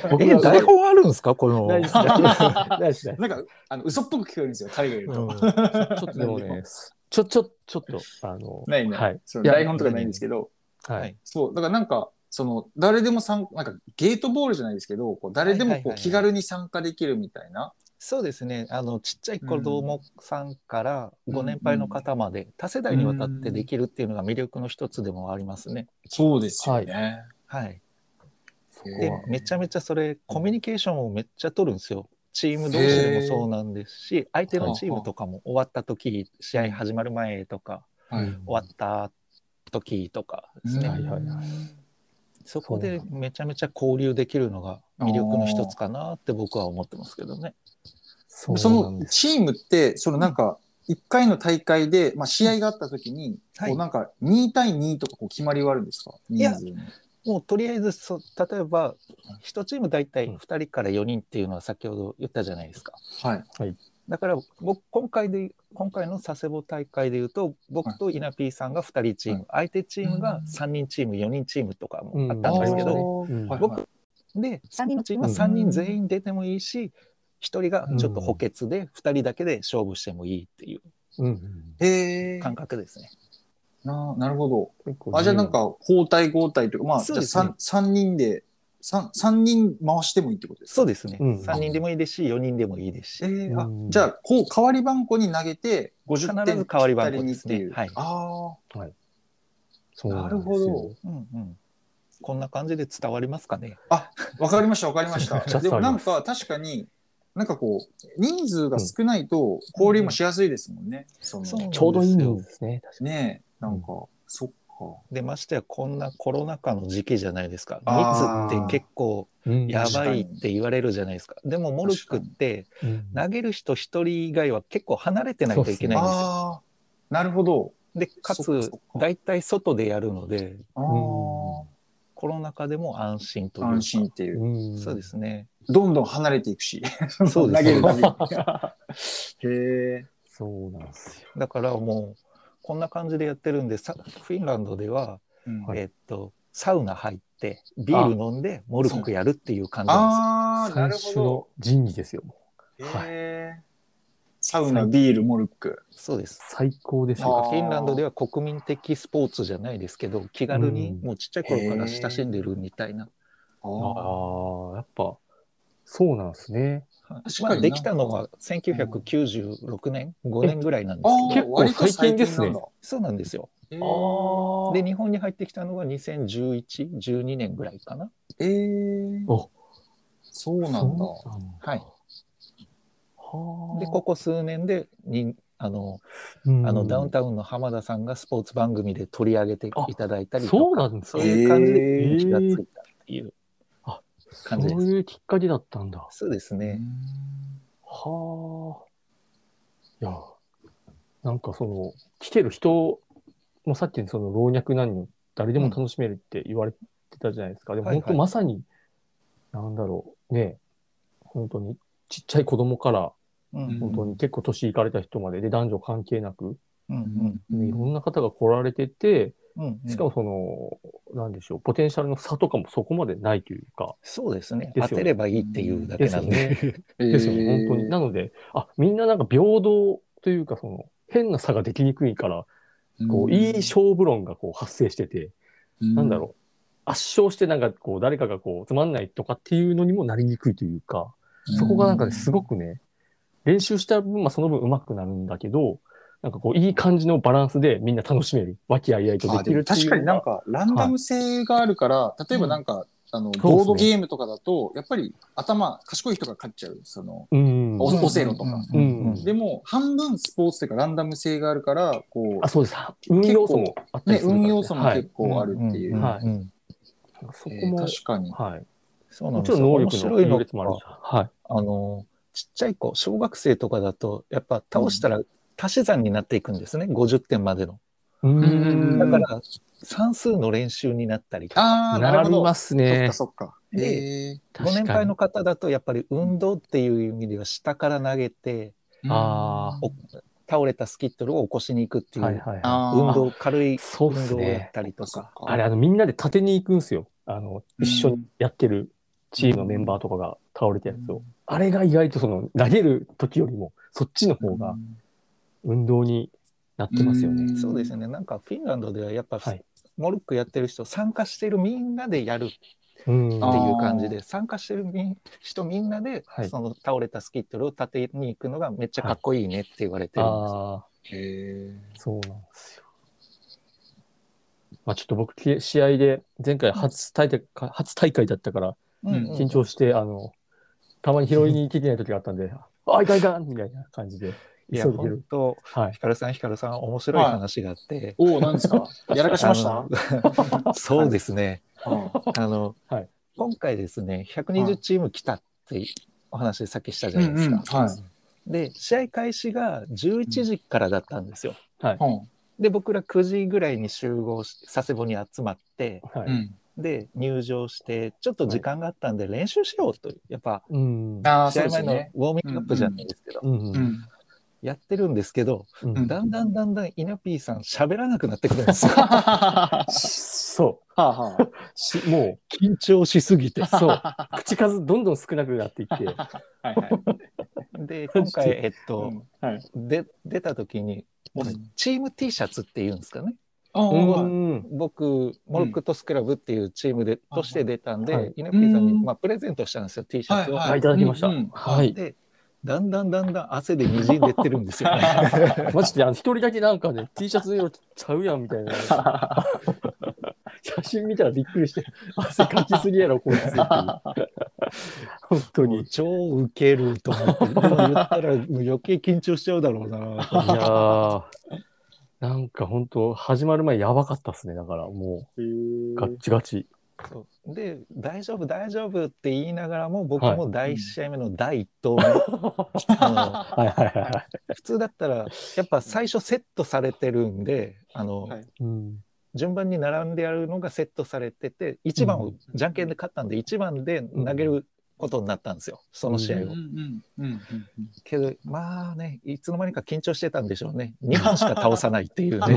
Speaker 1: 僕
Speaker 3: え
Speaker 1: が
Speaker 3: 台本あるんですかこの
Speaker 1: 大事だ。大事だ。
Speaker 2: なんか、あの、嘘っぽく聞こえるんですよ、彼がいる
Speaker 3: う
Speaker 2: と。
Speaker 3: ん
Speaker 1: ちょっとでもね、ちょ、ちょ、ちょっと、あの、
Speaker 2: ないね。
Speaker 1: はい。
Speaker 2: その
Speaker 1: いや
Speaker 2: 台本とかないんですけど、
Speaker 1: は
Speaker 3: はいい。
Speaker 2: そう、だからなんか、その、誰でも参なんかゲートボールじゃないですけど、こう誰でも
Speaker 3: はいはい
Speaker 2: こ
Speaker 3: は
Speaker 2: う
Speaker 3: いはい
Speaker 2: 気軽に参加できるみたいな。
Speaker 3: そうですね。あの、ちっちゃい子供さんから
Speaker 2: うん
Speaker 3: ご年配の方まで、多世代にわたってできるっていうのが魅力の一つでもありますね。
Speaker 2: そうですよね。
Speaker 3: はい。
Speaker 2: え
Speaker 3: で
Speaker 1: は、
Speaker 3: めちゃめちゃそれ、コミュニケーションをめっちゃ取るんですよ。チーム同士でもそうなんですし、相手のチームとかも終わった時、試合始まる前とか、
Speaker 2: は
Speaker 1: う
Speaker 2: い。
Speaker 1: ん
Speaker 3: 終わった時とかです
Speaker 1: は
Speaker 3: ね
Speaker 1: い。はいはい
Speaker 3: そこでめちゃめちゃ交流できるのが魅力の一つかなって僕は思ってますけどね。
Speaker 1: そ
Speaker 2: そう
Speaker 1: なん
Speaker 2: の
Speaker 1: です。
Speaker 2: チームって、そのなんか、一回の大会で、まあ、試合があった時に、
Speaker 3: はい
Speaker 2: こうなんか、2対2とかこう決まりはあるんですか人
Speaker 3: や
Speaker 2: 数の。
Speaker 3: もうとりあえずそ例えば1チーム大体2人から4人っていうのは先ほど言ったじゃないですか。
Speaker 2: はい。
Speaker 3: だから僕今回で今回の佐世保大会でいうと僕と稲 P さんが2人チーム、相手チームが3人チーム4人チームとかもあったんですけど、
Speaker 1: うん
Speaker 2: はい
Speaker 3: 僕で3人のチームは3人全員出てもいいし、一1人がちょっと補欠で2人だけで勝負してもいいっていう
Speaker 1: うん。
Speaker 2: へえ。
Speaker 3: 感覚ですね。
Speaker 2: ななるほど。
Speaker 1: 結構
Speaker 2: あ、じゃあなんか、交代交代というか、まあ、じ
Speaker 3: そう
Speaker 2: ゃあ
Speaker 3: ですね
Speaker 2: 3, 三人で、三三人回してもいいってことですか
Speaker 3: そうですね、
Speaker 1: うん
Speaker 3: 3人でもいいですし4人でもいいですし。
Speaker 2: えーあ
Speaker 1: うん
Speaker 2: じゃあ、こう、代わり番号に投げて、50点
Speaker 3: 必ず代わり番号ですね
Speaker 2: ぴったりにっていう
Speaker 3: はい
Speaker 2: あ
Speaker 1: そうなんですよ
Speaker 2: なるほど。
Speaker 3: うんうん、こんな感じで伝わりますかね。
Speaker 2: あ、わかりました、わかりま
Speaker 3: [laughs]
Speaker 2: し
Speaker 1: ちょ
Speaker 2: た。
Speaker 1: っと
Speaker 2: でもなんか、確かに、なんかこう、人数が少ないと、交流もしやすいですもんね。その
Speaker 3: そうなんです
Speaker 1: ちょうどいいんですね。確か
Speaker 2: ねえ、なんか、そっか。
Speaker 3: でましてやこんなコロナ禍の時期じゃないですか
Speaker 2: あー
Speaker 3: 密って結構
Speaker 1: にうん。
Speaker 3: やばいっ
Speaker 2: 確
Speaker 3: て言われるじゃないですかでもモルックって
Speaker 1: うん
Speaker 3: 投げる人1人以外は結構離れてないといけないんですよ。
Speaker 2: ああ、なるほど。
Speaker 3: でか
Speaker 2: そっかそ
Speaker 3: つ
Speaker 2: っか
Speaker 3: 大体外でやるので
Speaker 2: あ
Speaker 3: コロナ禍でも安心とい
Speaker 2: あ、
Speaker 3: うか
Speaker 2: 安心っていう。
Speaker 1: うん
Speaker 3: そうですね。
Speaker 2: どんどん離れていくし、
Speaker 3: そうで
Speaker 2: 投
Speaker 3: す
Speaker 2: げるたびに
Speaker 3: [laughs]
Speaker 2: へえ。
Speaker 1: そうなんですよ。
Speaker 3: だからもうこんな感じでやってるんでさフィンランドでは、
Speaker 2: うん
Speaker 1: はい
Speaker 3: えっとサウナ入ってビール飲んでモルックやるっていう感じな
Speaker 2: ああ、
Speaker 3: んですよ
Speaker 2: な
Speaker 1: 最
Speaker 2: る
Speaker 1: 初
Speaker 2: ほ
Speaker 1: の
Speaker 2: ど。
Speaker 1: 仁義ですよ。もうはい
Speaker 2: へえ。サウナ、ビール、モルック。
Speaker 3: そうです。
Speaker 1: 最高です
Speaker 3: なん
Speaker 1: よ。
Speaker 3: かフィンランドでは国民的スポーツじゃないですけど気軽に
Speaker 1: うん
Speaker 3: もうちっちゃい頃から親しんでるみたいな、
Speaker 2: ああ。
Speaker 1: ああ、やっぱ、そうなんですね。
Speaker 3: はい
Speaker 2: 確
Speaker 3: ま
Speaker 2: か
Speaker 3: あ、
Speaker 2: に
Speaker 3: できたのは1996年、5年ぐらいなんで
Speaker 2: あ
Speaker 3: す
Speaker 2: ー
Speaker 3: け
Speaker 1: 結
Speaker 3: ど
Speaker 1: 構
Speaker 2: 割と
Speaker 1: 最近ですね
Speaker 2: なんだ
Speaker 3: そうなんですよ
Speaker 2: へ
Speaker 1: あ
Speaker 2: ー
Speaker 1: あ。
Speaker 3: で日本に入ってきたのが201112年ぐらいかな
Speaker 2: えー
Speaker 1: お
Speaker 2: そうなんだ。
Speaker 1: そうなんだ
Speaker 3: はい
Speaker 1: はあ。
Speaker 3: でここ数年でにあの
Speaker 1: うん
Speaker 3: あのダウンタウンの浜田さんがスポーツ番組で取り上げていただいたりとか
Speaker 1: そうなんです
Speaker 3: そう
Speaker 1: ね
Speaker 3: いう感じで
Speaker 1: へー
Speaker 3: 気がついたっていう、
Speaker 1: そ
Speaker 3: 感じです
Speaker 1: ういうきっかけだったんだ。は
Speaker 3: そうですね、
Speaker 1: あ。いや、なんかその、来てる人もさっきのその老若男女、誰でも楽しめるって言われてたじゃないですか。でも
Speaker 3: はいはい
Speaker 1: 本当まさに、なんだろう、ね、本当にちっちゃい子供から、
Speaker 3: うん
Speaker 1: 本当に結構年いかれた人まで、で男女関係なく、
Speaker 3: うん
Speaker 2: うん
Speaker 1: いろんな方が来られてて、
Speaker 3: うんうんうん
Speaker 1: しかもその、なんでしょう、ポテンシャルの差とかもそこまでないというか、
Speaker 3: そうですね
Speaker 1: ですよね
Speaker 3: 当てればいいっていうだけなんで
Speaker 1: ですよね。
Speaker 2: えー
Speaker 1: ですよね、本当に。なので、あ、みんななんか平等というか、その、変な差ができにくいから、こう、いい勝負論がこう発生してて、
Speaker 2: な
Speaker 1: なんだろう、圧勝してなんかこう、誰かがこう、つまんないとかっていうのにもなりにくいというか、そこがなんかね、すごくね、練習した分、まあその分上手くなるんだけど、なんかこう、いい感じのバランスでみんな楽しめる、和気あいあいと
Speaker 2: あ
Speaker 1: でき
Speaker 2: で
Speaker 1: る
Speaker 2: も
Speaker 1: ってい
Speaker 2: 確
Speaker 1: う
Speaker 2: かに
Speaker 1: の
Speaker 2: な
Speaker 1: が
Speaker 2: んか、ランダム性があるから、例えばなんか、あの、
Speaker 1: すね
Speaker 2: ボードゲームとかだと、やっぱり頭、賢い人が勝っちゃう。その、
Speaker 1: うん。
Speaker 2: おオセロとか
Speaker 3: うん
Speaker 1: うん
Speaker 3: うん
Speaker 2: でも、半分スポーツというか、ランダム性があるから、こ
Speaker 1: あ、そうです。運要素もあっ
Speaker 2: う、
Speaker 1: たりす
Speaker 2: ね、
Speaker 1: るから
Speaker 2: 運要素も
Speaker 1: はい
Speaker 2: 結構あるっていう。
Speaker 3: んん
Speaker 1: はい
Speaker 3: ん
Speaker 1: そ
Speaker 2: え
Speaker 1: こ
Speaker 2: ー
Speaker 1: も、
Speaker 2: 確かに。
Speaker 1: はい。
Speaker 3: そうな
Speaker 1: も
Speaker 3: ん
Speaker 1: ち
Speaker 3: で
Speaker 1: ろん
Speaker 3: すよ
Speaker 1: 能
Speaker 3: 面
Speaker 1: 力
Speaker 3: 白
Speaker 1: の
Speaker 3: いの
Speaker 1: 優劣もある
Speaker 3: が
Speaker 1: じゃん。はい。
Speaker 3: あのちっちゃい子小学生とかだとやっぱ倒したら足し算になっていくんですね、50点までの
Speaker 1: う
Speaker 2: ーん
Speaker 3: だから算数の練習になったりとか
Speaker 2: ああ、なるほ
Speaker 1: 並び
Speaker 2: ど。
Speaker 1: ます
Speaker 2: そっ
Speaker 1: ね
Speaker 2: か。そっか。
Speaker 3: で
Speaker 2: えー
Speaker 3: ご年配の方だとやっぱり運動っていう意味では下から投げて
Speaker 1: あー
Speaker 3: お倒れたスキットルを起こしに行くってい
Speaker 1: はいはいうはい。
Speaker 2: あー
Speaker 3: 運動軽い
Speaker 1: そうっ
Speaker 3: 運
Speaker 1: す
Speaker 3: 動をやっ
Speaker 1: ね。
Speaker 3: たりと
Speaker 2: そっ
Speaker 3: か
Speaker 2: か
Speaker 1: あれ、あの、みんなで縦に行くんすよ。あの、一緒にやってるチームのメンバーとかが倒れたやつを。あれが意外とその、投げる時よりも、そっちの方が運動になってますよね。
Speaker 3: そうですねなんかフィンランドではやっぱ
Speaker 1: はい
Speaker 3: モルックやってる人参加してるみんなでやるって
Speaker 1: うん
Speaker 2: あー
Speaker 3: いう感じで参加してるみん人みんなで、
Speaker 1: はい
Speaker 3: その倒れたスキットルを立てに行くのがめっちゃかっこいいねって言われてるんですよ、
Speaker 1: あ
Speaker 2: へえ。
Speaker 1: ーそうなんですよ。まあちょっと僕、き試合で前回初大会か初大会だったから、
Speaker 2: い
Speaker 3: うんうん
Speaker 1: 緊張して、あの、たまに拾いに行けてない時があったんで、あ、いかんいかんみたいな感じで、
Speaker 3: いや
Speaker 1: 急いで拾う
Speaker 3: 本当
Speaker 1: はい。
Speaker 3: ヒカルさんヒカルさん面白い話があって、
Speaker 2: おお、なんですか [laughs] やらかしました
Speaker 3: あの [laughs] そうですね
Speaker 2: うん
Speaker 3: あの、
Speaker 1: はい
Speaker 3: 今回ですね120チーム来たってお話でさっきしたじゃ
Speaker 2: う
Speaker 3: ない
Speaker 2: ん
Speaker 3: で
Speaker 2: う
Speaker 3: す
Speaker 2: ん。
Speaker 3: か、
Speaker 2: はい。
Speaker 3: で試合開始が11時からだったんですよ、
Speaker 2: うん
Speaker 3: で僕ら9時ぐらいに集合し佐世保に集まって
Speaker 1: は
Speaker 2: う
Speaker 1: い。
Speaker 2: ん。
Speaker 3: で入場してちょっと時間があったんで練習しようというやっぱ
Speaker 1: うん。
Speaker 2: ああ、
Speaker 3: 試
Speaker 2: そう
Speaker 3: 合
Speaker 2: です
Speaker 3: 前
Speaker 2: よ
Speaker 3: のウ
Speaker 2: ね。
Speaker 3: ォーミングアップじゃないですけど、
Speaker 1: うん
Speaker 2: [laughs] う。ん。
Speaker 3: やってるんですけど、
Speaker 1: うん
Speaker 2: うん
Speaker 3: だんだんだんだん稲 P さん喋らなくなってくる
Speaker 2: [laughs]
Speaker 3: んですよ
Speaker 2: はは
Speaker 1: そ
Speaker 2: は
Speaker 1: う。しも
Speaker 3: 緊張しすぎて
Speaker 1: う、そう。口数どんどん少なくなっていって。
Speaker 2: はいはい。
Speaker 3: で今回えっと、
Speaker 2: はい。
Speaker 3: で出た時にチーム T シャツっていうんですかね
Speaker 2: あ
Speaker 1: う
Speaker 2: あ、
Speaker 1: ん。
Speaker 3: 僕モルックトスクラブっていうチームで、として出たんで、
Speaker 1: はい
Speaker 3: 稲 P さんに、
Speaker 2: うん
Speaker 3: まあ、プレゼントしたんですよ T シャツを。
Speaker 1: はい、いただきました
Speaker 2: うんうん。
Speaker 1: はい。
Speaker 3: でだんだんだんだん汗で滲んでってるんですよね。
Speaker 1: マジで、あの、一人だけなんかね、T シャツ色ちゃうやんみたいな。写真見たらびっくりして、汗かきすぎやろ、こいつっていう。本当に。い
Speaker 3: 超ウケると思って、でも言ったらもう余計緊張しちゃうだろうなと
Speaker 1: や
Speaker 3: 思って。
Speaker 1: ー、なんか本当、始まる前やばかったっすね、だから、も
Speaker 2: へ
Speaker 1: う、
Speaker 2: ー
Speaker 1: ガッチガチ。
Speaker 3: そうで大丈夫大丈夫って言いながらも僕
Speaker 1: はい
Speaker 3: も第1試合目の第1投目、 [laughs] あ
Speaker 1: はいはいはいはい。
Speaker 3: の普通だったらやっぱ最初セットされてるんであの、
Speaker 2: はい
Speaker 1: うん。
Speaker 3: 順番に並んでやるのがセットされてて1番
Speaker 1: う
Speaker 3: をじゃんけんで勝ったんで1番で投げることになったんですよその試合を。
Speaker 1: うん
Speaker 2: うんうん [laughs] うん
Speaker 3: けどまあねいつの間にか緊張してたんでしょうね2本しか倒さないっていうね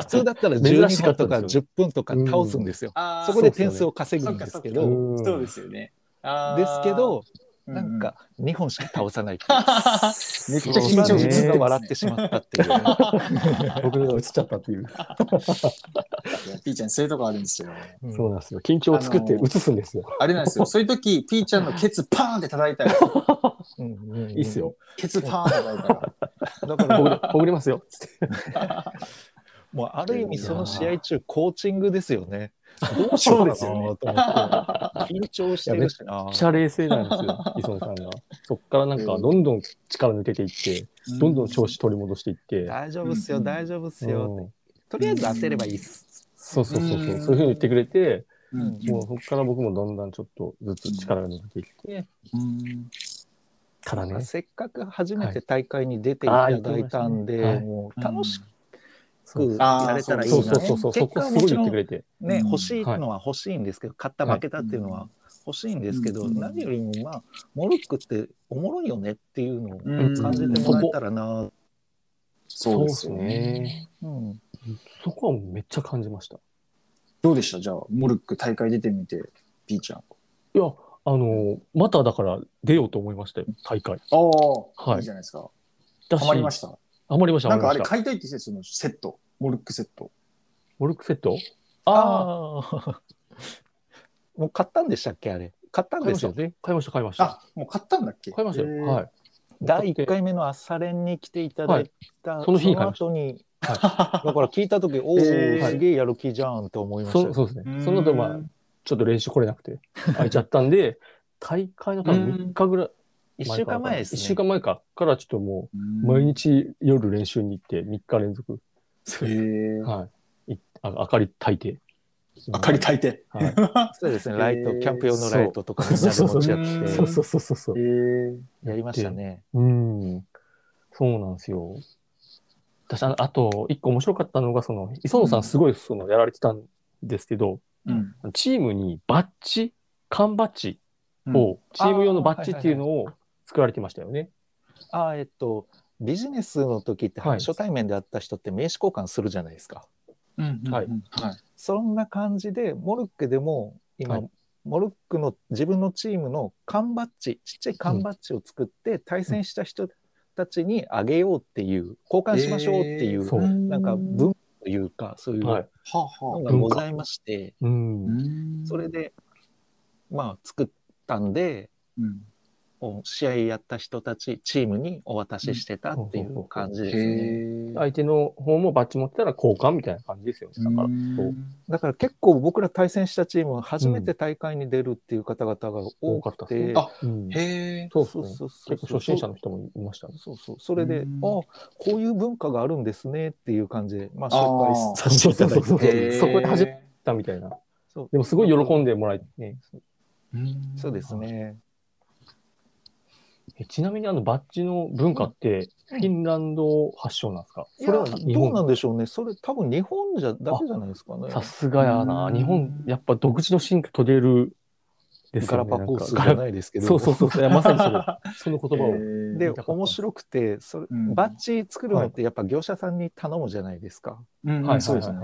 Speaker 3: 普通
Speaker 1: [laughs]
Speaker 3: だったら
Speaker 1: 珍しか
Speaker 3: 12本
Speaker 1: った
Speaker 3: と
Speaker 1: んで
Speaker 3: か
Speaker 1: すよ
Speaker 3: 10分とか倒すんですよ、
Speaker 2: ああ、
Speaker 3: そこで点数を稼ぐんですけ
Speaker 2: そ
Speaker 3: ど
Speaker 1: うん
Speaker 2: そうですよね。あー
Speaker 3: ですけ、ど
Speaker 2: う
Speaker 3: なんか2本しか倒さないって
Speaker 2: めっちゃ緊
Speaker 3: 一番
Speaker 1: [laughs]
Speaker 2: 張
Speaker 1: そうです
Speaker 3: ずっ
Speaker 1: ね
Speaker 3: と笑ってしまったっていうね、
Speaker 1: 僕のが映っちゃったっていう。
Speaker 2: いや、ピーちゃん、そういうとこあるんですよ。
Speaker 3: うん
Speaker 1: そうなんですよ。緊張を作って映すんですよ。
Speaker 2: あれなん [laughs] ですよ。そういう時、ピーちゃんのケツパーンって叩いた [laughs] ら、
Speaker 3: うんうんうん
Speaker 1: いいっすよ。
Speaker 2: ケツパーンって叩いたら、
Speaker 3: だか
Speaker 1: ほぐ
Speaker 3: ら
Speaker 1: れほぐれますよ。つって。
Speaker 3: もうある意味その試合中コーチングですよねどうしよ
Speaker 2: そうう
Speaker 3: かな
Speaker 2: です
Speaker 3: と
Speaker 2: よね
Speaker 3: 思って緊張してるしな
Speaker 1: めっちゃ冷静なんですよ、磯野さんが。そっからなんか、どんどん力抜けていって、どんどん調子取り戻していって。
Speaker 3: 大丈夫っすよ大丈夫っすよ、
Speaker 1: うん
Speaker 3: とりあえず当てればいいっす
Speaker 1: そうそうそうそう、そういう
Speaker 2: うん
Speaker 1: ふうに言ってくれて、
Speaker 2: うん。うん
Speaker 1: もうそこから僕もだんだんちょっとずつ力が抜けていって、
Speaker 2: うん
Speaker 1: からね。
Speaker 3: せっかく初めて大会に出てい
Speaker 1: は
Speaker 3: た
Speaker 1: い
Speaker 3: だいたんで、
Speaker 1: あー言ってましたね
Speaker 3: もう楽し
Speaker 1: そ
Speaker 3: く
Speaker 1: う
Speaker 3: やれたらいい
Speaker 1: そう
Speaker 3: な、
Speaker 1: そうそうそう、そ
Speaker 3: 結
Speaker 1: こ
Speaker 3: 果は
Speaker 1: す
Speaker 3: も
Speaker 1: ごい
Speaker 3: ち
Speaker 1: 言って
Speaker 3: ろ
Speaker 1: く
Speaker 3: ん
Speaker 1: れて。
Speaker 3: ね、
Speaker 2: うん
Speaker 3: 欲しいのは欲しいんですけど、勝った負けたっていうのは欲しいんですけど、
Speaker 2: うん
Speaker 3: 何よりもまあ、モルックっておもろいよねっていうのを
Speaker 2: うん
Speaker 3: 感じてもらえたらな、
Speaker 2: そうですよ
Speaker 1: そうっす
Speaker 2: ね。
Speaker 1: ね。
Speaker 3: うん、
Speaker 1: そこはもうめっちゃ感じました。
Speaker 2: どうでしたじゃあ、モルック大会出てみて、ピーちゃん。
Speaker 1: いや、あの、まただから出ようと思いましたよ、大会。
Speaker 2: ああ、
Speaker 1: はい
Speaker 2: いいじゃないですか。
Speaker 1: だ
Speaker 2: ハマりました。
Speaker 1: た。ハマりました、
Speaker 2: な
Speaker 1: ハ
Speaker 2: ん
Speaker 1: マ
Speaker 2: かあ
Speaker 1: り
Speaker 2: れ
Speaker 1: ました。
Speaker 2: 買いたいって言ってたよそのセット。モルックセット。
Speaker 1: モルックセット
Speaker 3: ああ、もう買ったんでしたっけ、あれ。買ったんですよね。
Speaker 1: 買いました、買いました。
Speaker 2: あ、もう買ったんだっけ
Speaker 1: 買いましたよ。
Speaker 2: い。
Speaker 1: はい。
Speaker 3: 第1回目の朝練に来ていただいた、
Speaker 1: いその日に買いました
Speaker 3: 後に、
Speaker 2: は
Speaker 3: だから聞いたとき、おお、
Speaker 2: えー
Speaker 3: すげえやる気じゃんって思いました
Speaker 1: そ
Speaker 3: よ。
Speaker 1: そうですね。その後、まあ、ちょっと練習来れなくて、空いちゃったんで、大会の多分3日ぐらい
Speaker 3: 1週間前です
Speaker 1: 1
Speaker 3: ね。
Speaker 1: 週間前か。からちょっともう、毎
Speaker 2: 毎
Speaker 1: 日夜練習に行って3日連続、
Speaker 2: へえ。
Speaker 1: はい、いあ明かり焚いて。
Speaker 2: 明かり焚いて。
Speaker 1: はい
Speaker 3: そうですね、
Speaker 2: [laughs] へー
Speaker 3: ライト、キャンプ用のライトとかみんなで持ち合
Speaker 2: そう
Speaker 1: そう
Speaker 3: っ
Speaker 1: そうそうそうそう
Speaker 2: へ。え。
Speaker 3: てやりましたね。
Speaker 1: うん。そうなんですよ。私、あのあと、一個面白かったのが、その、磯野さ
Speaker 2: うん
Speaker 1: んすごい、その、やられてたんですけど、
Speaker 2: うん。
Speaker 1: チームにバッジ、缶バッジ
Speaker 2: うん
Speaker 1: を、チーム用のバッジっていうのを作られてましたよね。
Speaker 3: あーえっと、ビジネスの時って
Speaker 1: はい
Speaker 3: 初対面で会った人って名刺交換するじゃないですか。
Speaker 2: うんうん
Speaker 1: はい
Speaker 2: はい。
Speaker 3: そんな感じで、モルックでも今、
Speaker 1: はい
Speaker 3: モルックの自分のチームの缶バッジ、ちっちゃい缶バッジを作って、対戦した人たちにあげようっていう、交換しましょうってい
Speaker 2: えー
Speaker 3: う、
Speaker 1: そう
Speaker 3: なんか文化というか、そういう
Speaker 1: は
Speaker 3: の
Speaker 1: い。
Speaker 2: はあは
Speaker 3: がございまして、
Speaker 1: うん
Speaker 2: あ。う。ん
Speaker 3: それで、まあ、作ったんで、
Speaker 2: うん。
Speaker 3: こう試合やった人たち、チームにお渡ししてたっていう感じ
Speaker 2: へ
Speaker 3: ですね。
Speaker 2: え。
Speaker 1: 相手の方もバッジ持ってたら交換みたいな感じですよね。だから、
Speaker 2: うん
Speaker 1: そう
Speaker 3: だから結構僕ら対戦したチームは初めて大会に出るっていう方々が多くて、
Speaker 1: うん多
Speaker 2: かっ
Speaker 1: うん
Speaker 2: へえ。
Speaker 1: そう
Speaker 3: そ
Speaker 1: そうう
Speaker 3: そうそう
Speaker 1: 結構初心者の人もいましたね。
Speaker 3: そうそうそれで、
Speaker 2: うん
Speaker 3: あこういう文化があるんですねっていう感じで、まあ、
Speaker 2: あー
Speaker 3: 紹介させていただいて
Speaker 1: そうそうそう
Speaker 2: へえ
Speaker 1: そこで初めたみたいな。
Speaker 3: そう
Speaker 1: でもすごい喜んでもらえてね。
Speaker 2: うん
Speaker 3: そうですね。
Speaker 1: えちなみにあのバッジの文化ってフィンランド発祥なんですかそれはい
Speaker 3: や
Speaker 1: 日
Speaker 3: どうな
Speaker 1: 本
Speaker 3: んでしょうね。それ多分日本じゃだけじゃないですかね。
Speaker 1: さすがや
Speaker 2: う
Speaker 1: な。
Speaker 2: ん
Speaker 1: 日本やっぱ独自の進化取れるです
Speaker 3: ガ
Speaker 1: よ
Speaker 3: ラ
Speaker 1: ね。
Speaker 3: パゴスじ
Speaker 1: なんか
Speaker 3: ゃ
Speaker 1: ガ
Speaker 3: ないですけ
Speaker 1: ラ
Speaker 3: ど。
Speaker 1: そうそうそう。いや [laughs] まさにそ
Speaker 2: [laughs]
Speaker 1: れその言葉を。
Speaker 2: へ
Speaker 3: で
Speaker 2: え
Speaker 1: 見たかった
Speaker 3: 面白くてそれ、
Speaker 2: うん
Speaker 3: バッジ作るのってやっぱ業者さんに頼むじゃないですか。
Speaker 2: うん
Speaker 1: はいはいはい
Speaker 2: そうですね。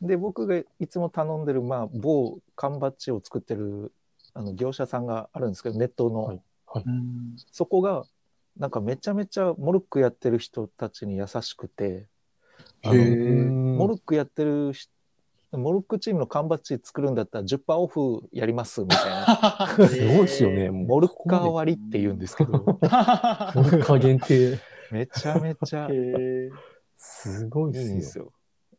Speaker 3: で僕がいつも頼んでる、まあ、某缶バッジを作ってるあの業者さんがあるんですけどネットの、
Speaker 1: はい
Speaker 2: うん
Speaker 3: そこがなんかめちゃめちゃモルックやってる人たちに優しくてあの
Speaker 2: へえ
Speaker 3: モルックやってる人モルックチームの缶バッジ作るんだったら10%オフやりますみたい
Speaker 2: [laughs]
Speaker 1: [laughs]
Speaker 3: な
Speaker 1: すごいですよね。もう
Speaker 3: モルッカー割って言うんですけど
Speaker 1: モルカー限定。
Speaker 3: めちゃめちゃ
Speaker 2: へ
Speaker 3: い
Speaker 2: え
Speaker 1: すごい
Speaker 3: いん
Speaker 1: ですよ
Speaker 3: で。すよ。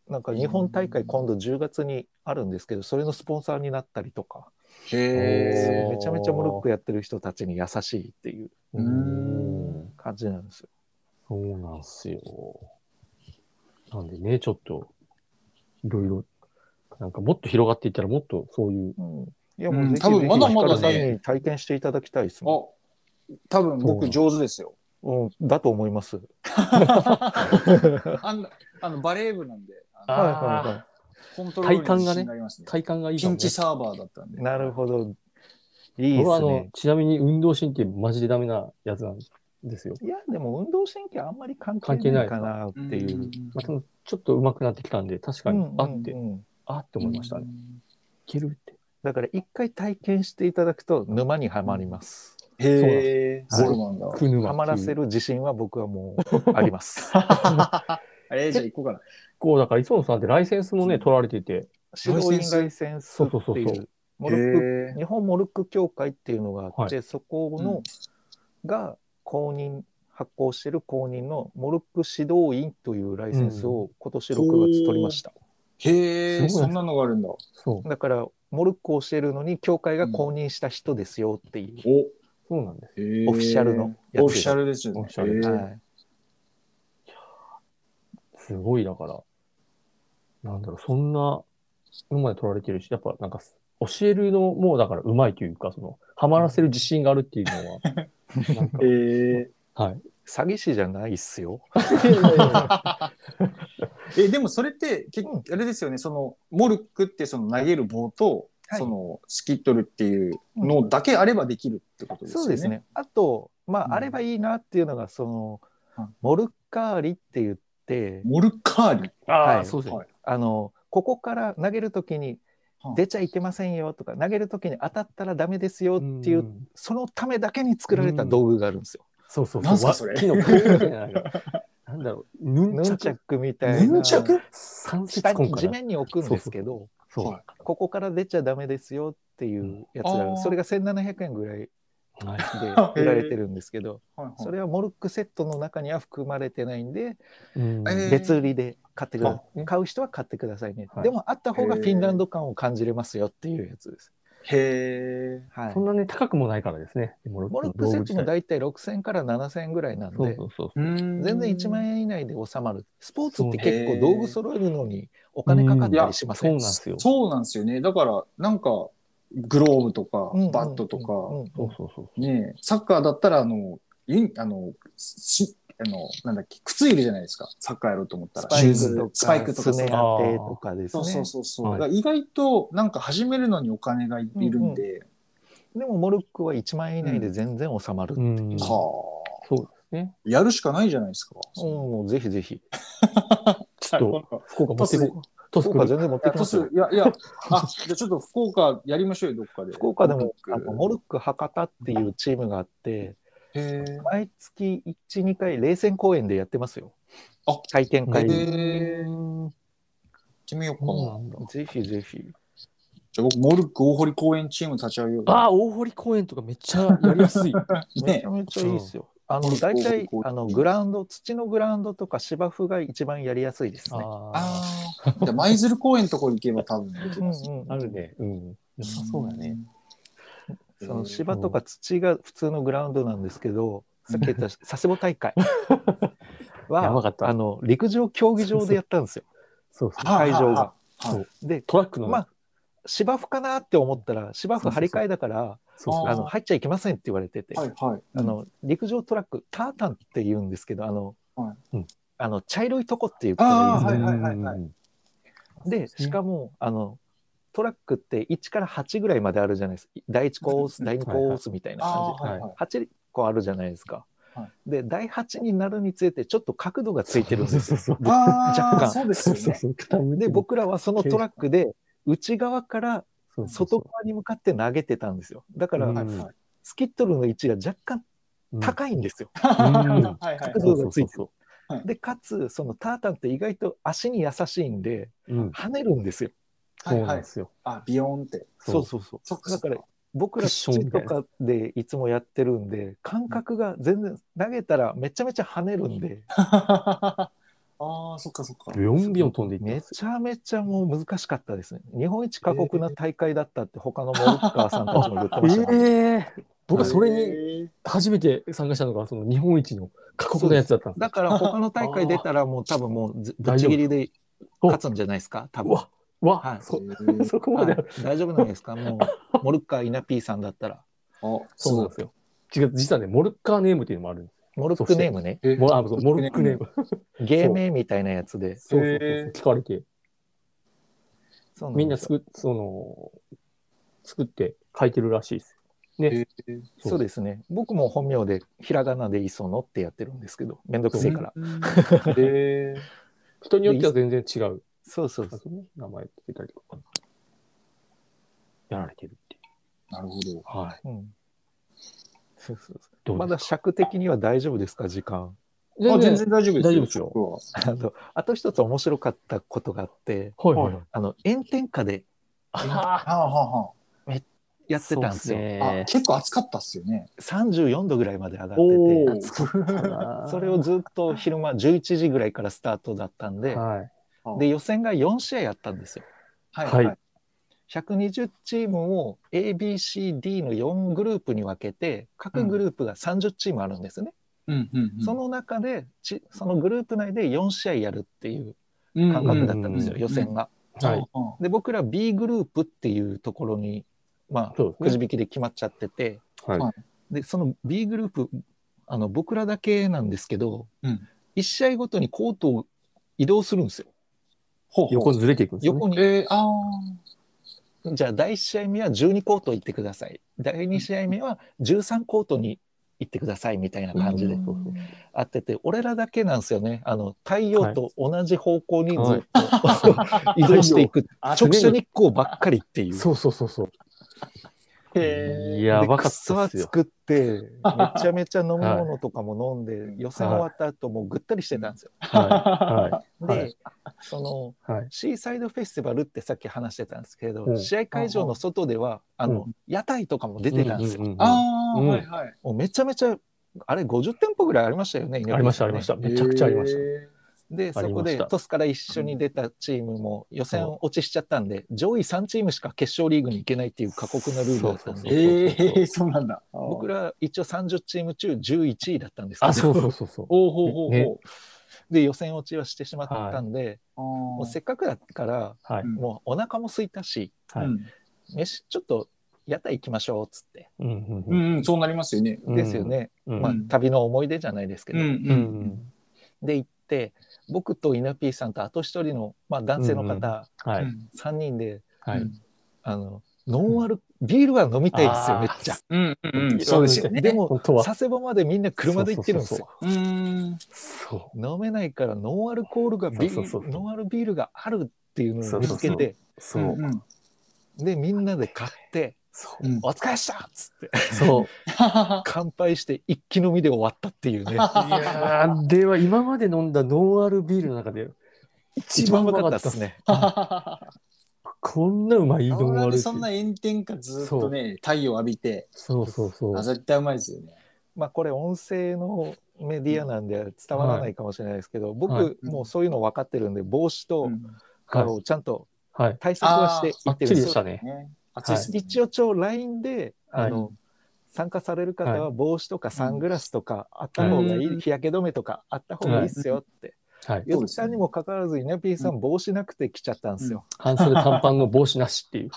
Speaker 3: なんか日本大会今度10月にあるんですけどそれのスポンサーになったりとか
Speaker 1: へー
Speaker 3: めちゃめちゃモルックやってる人たちに優しいっていう
Speaker 1: うーん
Speaker 3: 感じなんですよ。
Speaker 1: そうなんすよ。なんでね、ちょっと、いろいろ、なんかもっと広がっていったらもっとそういう、
Speaker 3: うん、いや
Speaker 2: うん
Speaker 3: もうぜひ
Speaker 2: 多分まだまだね
Speaker 3: ぜひ光さんに体験していただきたいですもん
Speaker 2: あ、多分僕上手ですよ。
Speaker 3: うん、だと思います。
Speaker 2: あのあのバレー部なんで、あの
Speaker 1: あ
Speaker 2: コントロールに
Speaker 1: 体幹がね
Speaker 2: 自信がありますね。
Speaker 1: 体感がいいか
Speaker 2: ピ
Speaker 1: も、
Speaker 2: ン
Speaker 1: ね。
Speaker 2: チサーバーだったんで。
Speaker 3: なるほど。いいで
Speaker 1: 僕はあ
Speaker 3: す
Speaker 1: の
Speaker 3: ね。、
Speaker 1: ちなみに運動神経マジでダメなやつなんですよ。
Speaker 3: いや、でも運動神経あんまり関係ないかなっていう。
Speaker 1: まあ、でもちょっと上手くなってきたんで、確かに、あって、
Speaker 3: うんうんうん
Speaker 1: あって思いましたね。いけるって。
Speaker 3: だから一回体験していただくと沼にはまります。
Speaker 2: へえ、
Speaker 1: そう
Speaker 2: そうなんだ。
Speaker 1: くぬ
Speaker 3: はまらせ
Speaker 1: る。
Speaker 3: る自信は僕はもうあります。
Speaker 2: [laughs] えー、じゃあ行こうかな。
Speaker 1: [laughs] こう、だから、磯野さんってライセンスもね、取られてて、
Speaker 3: 指導員ライセンスって
Speaker 1: そうそう
Speaker 3: い
Speaker 1: そうそう
Speaker 3: うモルック
Speaker 2: へ
Speaker 3: 日本モルック協会っていうのがあって、
Speaker 1: は
Speaker 3: そこ
Speaker 2: う
Speaker 3: の
Speaker 2: ん
Speaker 3: が公認発行してる公認のモルック指導員というライセンスを今年6月取りました、
Speaker 2: えへえ、
Speaker 1: すごい
Speaker 2: そんなのがあるんだ。
Speaker 1: そう、
Speaker 3: だからモルックを教えるのに協会が公認した人ですよっていう、
Speaker 2: お
Speaker 1: そうなんです。
Speaker 2: へー
Speaker 3: オフィシャルのやつです
Speaker 2: オフィシャルですよね。
Speaker 1: オフィシャル
Speaker 2: へー
Speaker 3: はい
Speaker 1: すごい、だから、なんだろう、そんなのまで取られてるし、やっぱ、なんか、教えるのも、だから、上手いというか、その、はまらせる自信があるっていうの
Speaker 3: [laughs]
Speaker 1: は、なんか
Speaker 2: へ、ー
Speaker 1: はい。
Speaker 3: 詐欺師じゃないっすよ
Speaker 2: え、でもそれって、結局、あれですよね、その、モルックってその投げる棒と、
Speaker 3: はい
Speaker 2: その、スキットルっていうのだけあればできるってことですよね。
Speaker 3: そうです。ねあとまあ、
Speaker 2: うん
Speaker 3: あればいいなっていうのがその、
Speaker 2: うん
Speaker 3: モルッカーリって言って
Speaker 2: モルッカーリ。
Speaker 1: [laughs] あ
Speaker 3: は
Speaker 1: あ、
Speaker 3: い
Speaker 1: そうですね
Speaker 2: はい。
Speaker 3: あのここから投げるときに出ちゃいけませんよとか投げるときに当たったらダメですよってい
Speaker 1: う
Speaker 3: う
Speaker 1: ん
Speaker 3: そのためだけに作られた道具があるんですよ。
Speaker 1: そうそう
Speaker 2: なんすか
Speaker 1: わ
Speaker 2: それ
Speaker 1: 木の棒みたいなのがなんだろう、ヌン
Speaker 3: ヌ
Speaker 1: チ
Speaker 3: ン
Speaker 1: ャ
Speaker 3: チャ
Speaker 1: ク
Speaker 3: ッ。クみたい
Speaker 2: ヌ
Speaker 3: な
Speaker 2: ンチャク
Speaker 1: 三節
Speaker 3: 下
Speaker 1: 根
Speaker 3: に地
Speaker 1: かな。
Speaker 3: 面に置くんですけど
Speaker 1: そ
Speaker 2: は
Speaker 1: う。
Speaker 3: ここから出ちゃダメですよっていうやつがある、
Speaker 2: うんあー
Speaker 3: それが1,700円ぐらいで
Speaker 1: はい
Speaker 3: 売られてるんですけど
Speaker 2: はいはい
Speaker 3: それはモルックセットの中には含まれてないんで
Speaker 1: うん
Speaker 2: えー
Speaker 3: 別売りで買ってくだ
Speaker 1: あね
Speaker 3: 買う人は買ってくださいね、
Speaker 1: はい
Speaker 3: でもあった方がフィンランド感を感じれますよっていうやつです。
Speaker 2: へ
Speaker 3: はい
Speaker 1: そんなね、高くもないからですね。モル
Speaker 3: モルックセットも
Speaker 1: 大
Speaker 3: 大体6000から7000円ぐらいなんで
Speaker 1: そうそうそう。
Speaker 2: え。全
Speaker 3: 全然1万円以内で収まるスポーツって結構道具揃えるのにお金かかったりしま
Speaker 1: そ
Speaker 3: せ、
Speaker 1: うんなんですよ。そ
Speaker 2: そうなんですよね。だから、なんか、グローブとか
Speaker 3: うんうんうん、
Speaker 2: バットと
Speaker 3: うん
Speaker 2: か、
Speaker 3: うん
Speaker 1: うそうそう。
Speaker 2: ねえサッカーだったら、あの、ユニあの、し、あの、なんだっけ、靴いるじゃないですか。サッカーやろうと思った
Speaker 3: ス
Speaker 2: ら。
Speaker 3: パイクとか
Speaker 2: スパイクとか
Speaker 3: ス
Speaker 2: さ
Speaker 3: ネ当てとかです
Speaker 2: そ
Speaker 3: ね
Speaker 2: うそうそうそう。
Speaker 1: はい
Speaker 2: だから意外と、なんか始めるのにお金がいるんで、
Speaker 3: でもモルックは1万円以内で全然収まる、
Speaker 1: うん。そ
Speaker 2: はあ、
Speaker 1: うですね。
Speaker 2: やるしかないじゃないですか。
Speaker 3: うんもうぜひぜひ
Speaker 1: ちょっと、
Speaker 2: と、
Speaker 1: 福岡持ってこう。トス
Speaker 3: 福
Speaker 1: 来
Speaker 3: 岡
Speaker 1: る。
Speaker 3: 全然持って
Speaker 2: あ
Speaker 3: き
Speaker 2: ト
Speaker 3: ます
Speaker 2: ス
Speaker 3: よ
Speaker 2: いや、いや、あ、じゃあちょっと福岡やりましょうよ、どっかで。
Speaker 3: 福岡でも
Speaker 2: モル
Speaker 3: あ
Speaker 2: ック
Speaker 3: のモルック博多っていうチームがあって
Speaker 2: へえ。
Speaker 3: 毎月12回冷戦公演でやってますよ
Speaker 2: あ
Speaker 3: 体験
Speaker 1: へ
Speaker 3: 会、
Speaker 2: えーってみようかな。
Speaker 1: そうなんだ。
Speaker 3: ぜひぜひ。
Speaker 2: じゃあ僕、モルック大堀公園チーム立ち上げようかな。
Speaker 1: ああ、大堀公園とかめっちゃやりやすい。
Speaker 3: め
Speaker 2: [laughs] ね
Speaker 3: ちゃめちゃいいですよ。あ
Speaker 2: う
Speaker 3: の、
Speaker 2: ん
Speaker 3: 大体
Speaker 2: こうこうこ、う
Speaker 3: あの、グラウンド、土のグラウンドとか芝生が一番やりやすいですね。
Speaker 1: ああ、
Speaker 2: ああ。じゃあ、舞鶴公園のとこ行けば多分できます。
Speaker 3: うんうん
Speaker 1: あるね。うん。良さそうだね。。
Speaker 3: その芝とか土が普通のグラウンドなんですけ
Speaker 2: う
Speaker 3: ど、
Speaker 2: ん
Speaker 3: さっき言った佐世保大会
Speaker 1: やば
Speaker 3: は、
Speaker 1: かった
Speaker 3: あ。の、陸上競技場でやったんですよ。
Speaker 1: そうそう。
Speaker 3: 会場が。
Speaker 2: はい
Speaker 1: そう
Speaker 3: で、
Speaker 1: トラックの、
Speaker 3: まあ、芝生かなって思ったら、芝生張り替えだから、
Speaker 1: そうそう
Speaker 2: あ
Speaker 3: あの、入っちゃいけませんって言われてて、
Speaker 2: はいはい。
Speaker 3: あ、の、陸上トラック、タータンって言うんですけど、あの、
Speaker 2: は
Speaker 1: うん
Speaker 3: あの、茶色いとこっていうことでいいです
Speaker 2: あ
Speaker 3: か
Speaker 2: ーはいはい
Speaker 1: い。
Speaker 3: で、
Speaker 1: ね
Speaker 3: しかも、あの、トラックって1から8ぐらいまであるじゃないですか。第1コース、第2コースみたいな
Speaker 2: ああ
Speaker 3: 感じ。
Speaker 2: ー、はいはい。
Speaker 3: 8個あるじゃないですか
Speaker 2: は。
Speaker 3: で、第8になるにつれて、ちょっと角度がついてるんです
Speaker 1: そ
Speaker 3: よ
Speaker 1: う。そう
Speaker 2: ああ、
Speaker 3: 若干
Speaker 2: そうです
Speaker 1: そう。
Speaker 2: よ
Speaker 1: そう
Speaker 2: ね。
Speaker 1: そう。傾いて
Speaker 3: で、
Speaker 1: る、
Speaker 3: 僕らはそのトラックで、内側から
Speaker 1: そうそうそう
Speaker 3: 外側に向かって投げてたんですよ。だか
Speaker 1: う
Speaker 3: ら
Speaker 1: ん、
Speaker 2: はいはい
Speaker 3: スキットルの位置が若干
Speaker 1: うん
Speaker 3: 高いんですよ。
Speaker 1: うん
Speaker 2: はいはい
Speaker 3: 角度がついて
Speaker 1: そうそう
Speaker 3: る
Speaker 2: そうは。い
Speaker 3: で、かつ、そのタータンって意外と足に優しいんで、
Speaker 1: うん。
Speaker 3: 跳ねるんですよ。
Speaker 1: そうなんですよ。
Speaker 2: あ、ビヨーンって。
Speaker 1: そ
Speaker 3: そううそうそう。
Speaker 2: そっかそ
Speaker 3: だ
Speaker 2: っ
Speaker 3: か
Speaker 2: か。
Speaker 3: ら僕
Speaker 1: ク
Speaker 3: ら
Speaker 1: ッション
Speaker 3: 土
Speaker 1: みた
Speaker 3: と
Speaker 1: いな
Speaker 3: かでいつもやってるんで感覚が全然投げたらめちゃめちゃ跳ねるんで
Speaker 2: あ [laughs] あ、そっかそっか。
Speaker 1: ビヨンビヨン飛んでいって
Speaker 3: め
Speaker 1: ます。
Speaker 3: ちゃめちゃもう難しかったですね日本一過酷な大会だったって他のモルッカーさんたちも言ってましたね、
Speaker 1: ええ僕はそれに
Speaker 2: に。
Speaker 1: 初めて参加したのが、その日本一の過酷なやつだったんです。
Speaker 3: だから他の大会出たらもう多分もうずぶっちぎりで勝つんじゃないで
Speaker 1: [laughs]
Speaker 3: すか多
Speaker 1: う
Speaker 3: 分、
Speaker 1: わ、うわ、
Speaker 3: はい
Speaker 2: [laughs]
Speaker 1: そ [laughs] そこまであ
Speaker 3: は
Speaker 1: る。
Speaker 3: い、大丈夫なんですかも
Speaker 1: [laughs]
Speaker 3: うモルッカー稲 P さんだったら
Speaker 2: あ、
Speaker 1: そうなんですよ。違う、実はね、モルッカーネームっていうのもあるんです。
Speaker 3: モルックネームね
Speaker 2: え
Speaker 1: モあそうモルックネーム。
Speaker 3: 芸名みたいなやつで
Speaker 1: そうそうそう
Speaker 2: へー
Speaker 1: 聞かれて、
Speaker 3: そう
Speaker 1: みんな
Speaker 3: ですよ
Speaker 1: 作っその作って書いてるらしいです。
Speaker 2: えー
Speaker 1: そう
Speaker 3: そうですね僕も本名でひらがなで磯野ってやってるんですけどめんどくせえから
Speaker 2: うんえー
Speaker 1: 人によっては全然違う。
Speaker 3: そうそうそう。
Speaker 1: 名前つけたりとか。やられてるっていう。
Speaker 2: なるほど。
Speaker 1: はい。
Speaker 3: うん、そうそうそ
Speaker 1: ど
Speaker 3: う
Speaker 1: う
Speaker 3: ま
Speaker 1: です
Speaker 3: だ尺的には大丈夫ですか、時間。
Speaker 2: あ
Speaker 1: か
Speaker 2: 全然大丈夫です
Speaker 1: 大丈夫ですよ
Speaker 2: 僕は
Speaker 3: あのあと一つ面白かったことがあって、
Speaker 1: はいはいはい。
Speaker 3: あの炎天下で
Speaker 1: あ
Speaker 2: はあはあは
Speaker 3: やってたんですよ。
Speaker 2: ああ
Speaker 1: ね。
Speaker 2: 結構暑かったっすよね。
Speaker 3: 34度ぐらいまで上が
Speaker 1: お
Speaker 3: って
Speaker 1: ー [laughs]
Speaker 3: て、それをずっと昼間11時ぐらいからスタートだった [laughs] んで、
Speaker 1: はい。
Speaker 3: で予選が4試合やったんですよ。
Speaker 2: はい
Speaker 1: はい
Speaker 2: はい。
Speaker 3: 120チームを ABCD の4グループに分けて各グループが30チームあるんですね、
Speaker 2: うんうんうん
Speaker 3: その中でちそのグループ内で4試合やるっていう
Speaker 2: 感
Speaker 3: 感覚だったんですよ、
Speaker 1: うん
Speaker 3: 予選が。
Speaker 1: はい。
Speaker 3: で僕ら B グループっていうところに、ま
Speaker 1: そう
Speaker 3: あ、く
Speaker 1: です
Speaker 3: じ
Speaker 1: ね。
Speaker 3: 引きで決まっちゃってて
Speaker 1: はい。
Speaker 3: でその B グループあの僕らだけなんですけど、
Speaker 2: うん
Speaker 3: 1試合ごとにコートを移動するんですよ
Speaker 1: 横にずれていくんですよね。
Speaker 3: 横に。
Speaker 2: えー、あ
Speaker 3: じゃあ第1試合目は12コート行ってください第2試合目は13コートに行ってくださいみたいな
Speaker 2: あ。
Speaker 3: 感じで
Speaker 1: うん
Speaker 3: あってて、俺らだけなんですよねあの太陽と同じ方向にずっと、 [laughs] 移動し
Speaker 1: [laughs]
Speaker 3: ていく
Speaker 2: あ
Speaker 3: 直射日光ばっかりっていう。
Speaker 1: そうそうそうそう。
Speaker 2: へ
Speaker 1: やばかった
Speaker 3: で
Speaker 1: っす
Speaker 3: 草
Speaker 1: よ。[laughs]
Speaker 3: 作って、めちゃめちゃ飲み物とかも飲んで、
Speaker 2: はい
Speaker 3: 予選終わった後もうぐったりしてたんですよ。
Speaker 1: はい。
Speaker 3: [laughs]
Speaker 1: はい。
Speaker 3: で、
Speaker 1: はい
Speaker 3: その
Speaker 1: はい。
Speaker 3: シーサイドフェスティバルってさっき話してたんですけど、
Speaker 1: うん
Speaker 3: 試合会場の外では、あの、屋台とかも出てたんですよ。
Speaker 1: ううう
Speaker 2: あー、
Speaker 1: うん
Speaker 2: はいはい。
Speaker 3: もうめちゃめちゃ、あれ50店舗ぐらいありましたよね、
Speaker 1: ありました、ありました。めちゃくちゃありました。
Speaker 2: え
Speaker 3: で、そこ
Speaker 1: あり
Speaker 3: で
Speaker 1: ました
Speaker 3: トスから一緒に出たチームも予選落ちしちゃったんで、上位3チームしか決勝リーグに行けないっていう過酷なルールだった
Speaker 1: そうそ
Speaker 3: ん
Speaker 1: うそう
Speaker 3: で、
Speaker 2: ー、えー、そうなんだ。
Speaker 3: 僕
Speaker 2: ら、
Speaker 3: ら一応30チーム中11位だったんですけど
Speaker 1: あ、そうそうそうそう。
Speaker 2: おうほうほうほう。
Speaker 1: ね
Speaker 3: で予選落ちはしてしまったんで、もうせっかくだから
Speaker 1: はい。
Speaker 2: うん
Speaker 3: もうお腹も空いたし
Speaker 1: はい
Speaker 3: 飯ちょっと屋台行きましょうっつって、
Speaker 1: うん
Speaker 2: う
Speaker 1: うん
Speaker 2: ん、うん、そうなりますよね。
Speaker 1: うん
Speaker 3: ですよ。ね、
Speaker 1: うん
Speaker 3: まあ
Speaker 2: う、ん
Speaker 3: 旅の思い出じゃないですけ
Speaker 2: う
Speaker 3: ど、
Speaker 2: ん、
Speaker 1: う
Speaker 2: うんん。。
Speaker 3: で行って僕と稲 P さんとあと一人の、まあ、男性の方
Speaker 1: は
Speaker 2: う
Speaker 1: い。
Speaker 2: ん
Speaker 3: 3人で、
Speaker 1: はい。
Speaker 3: あのノンアルビールは飲みたいですよ
Speaker 1: あー
Speaker 3: めっちゃ。
Speaker 2: うん、うん、うん、そうですよね。
Speaker 3: でも
Speaker 1: 本当は。
Speaker 3: 佐世保までみんな車で行ってるんですよ。
Speaker 1: そう
Speaker 2: う
Speaker 1: そ
Speaker 2: ーん。
Speaker 1: うそうそう。
Speaker 3: 飲めないからノンアルコールがビール
Speaker 1: そうそうそう
Speaker 3: ノンアルビールがあるっていうのを見つけて
Speaker 1: そうそうそうそう。そう
Speaker 2: うん [laughs] うん
Speaker 3: でみんなで買って
Speaker 1: そうう。
Speaker 3: 「
Speaker 2: ん
Speaker 3: お疲れっした!」っつって
Speaker 1: そう。
Speaker 3: [laughs] 乾杯して一気飲みで終わったっていうね
Speaker 1: いやーでは今まで飲んだノンアルビールの中で
Speaker 3: 一番うまかったです
Speaker 1: ね。
Speaker 3: ね。
Speaker 1: こんなうまい
Speaker 2: あ
Speaker 1: 丼あるって
Speaker 2: でそんな炎天下ずっとね、太陽浴びて、
Speaker 1: そうそうそ
Speaker 2: あ
Speaker 1: う。
Speaker 2: 絶対うまいですよね。
Speaker 3: まあこれ音声のメディアなんで伝わらないかもしれないですけど、僕、
Speaker 1: はい
Speaker 3: もうそういうの分かってるんで帽子と
Speaker 2: うん
Speaker 3: カロをちゃんと
Speaker 1: はい。
Speaker 3: 対策はしてい
Speaker 1: ば
Speaker 3: っ
Speaker 1: ってち
Speaker 3: る
Speaker 1: りで
Speaker 3: んです
Speaker 1: したね。
Speaker 2: ね暑いですね。
Speaker 3: 一応ちょ LINE であの、
Speaker 2: はい
Speaker 3: 参加される方
Speaker 1: は
Speaker 3: は帽子とかサングラスとかあった方がいい、
Speaker 2: うん
Speaker 3: 日焼け止めとかあった方がいいっすよって
Speaker 1: はい。
Speaker 3: 言ったにもかかわらず稲ピーさん帽子なくて来ちゃったんですよ。
Speaker 1: 半袖短パンの帽子なしっていう。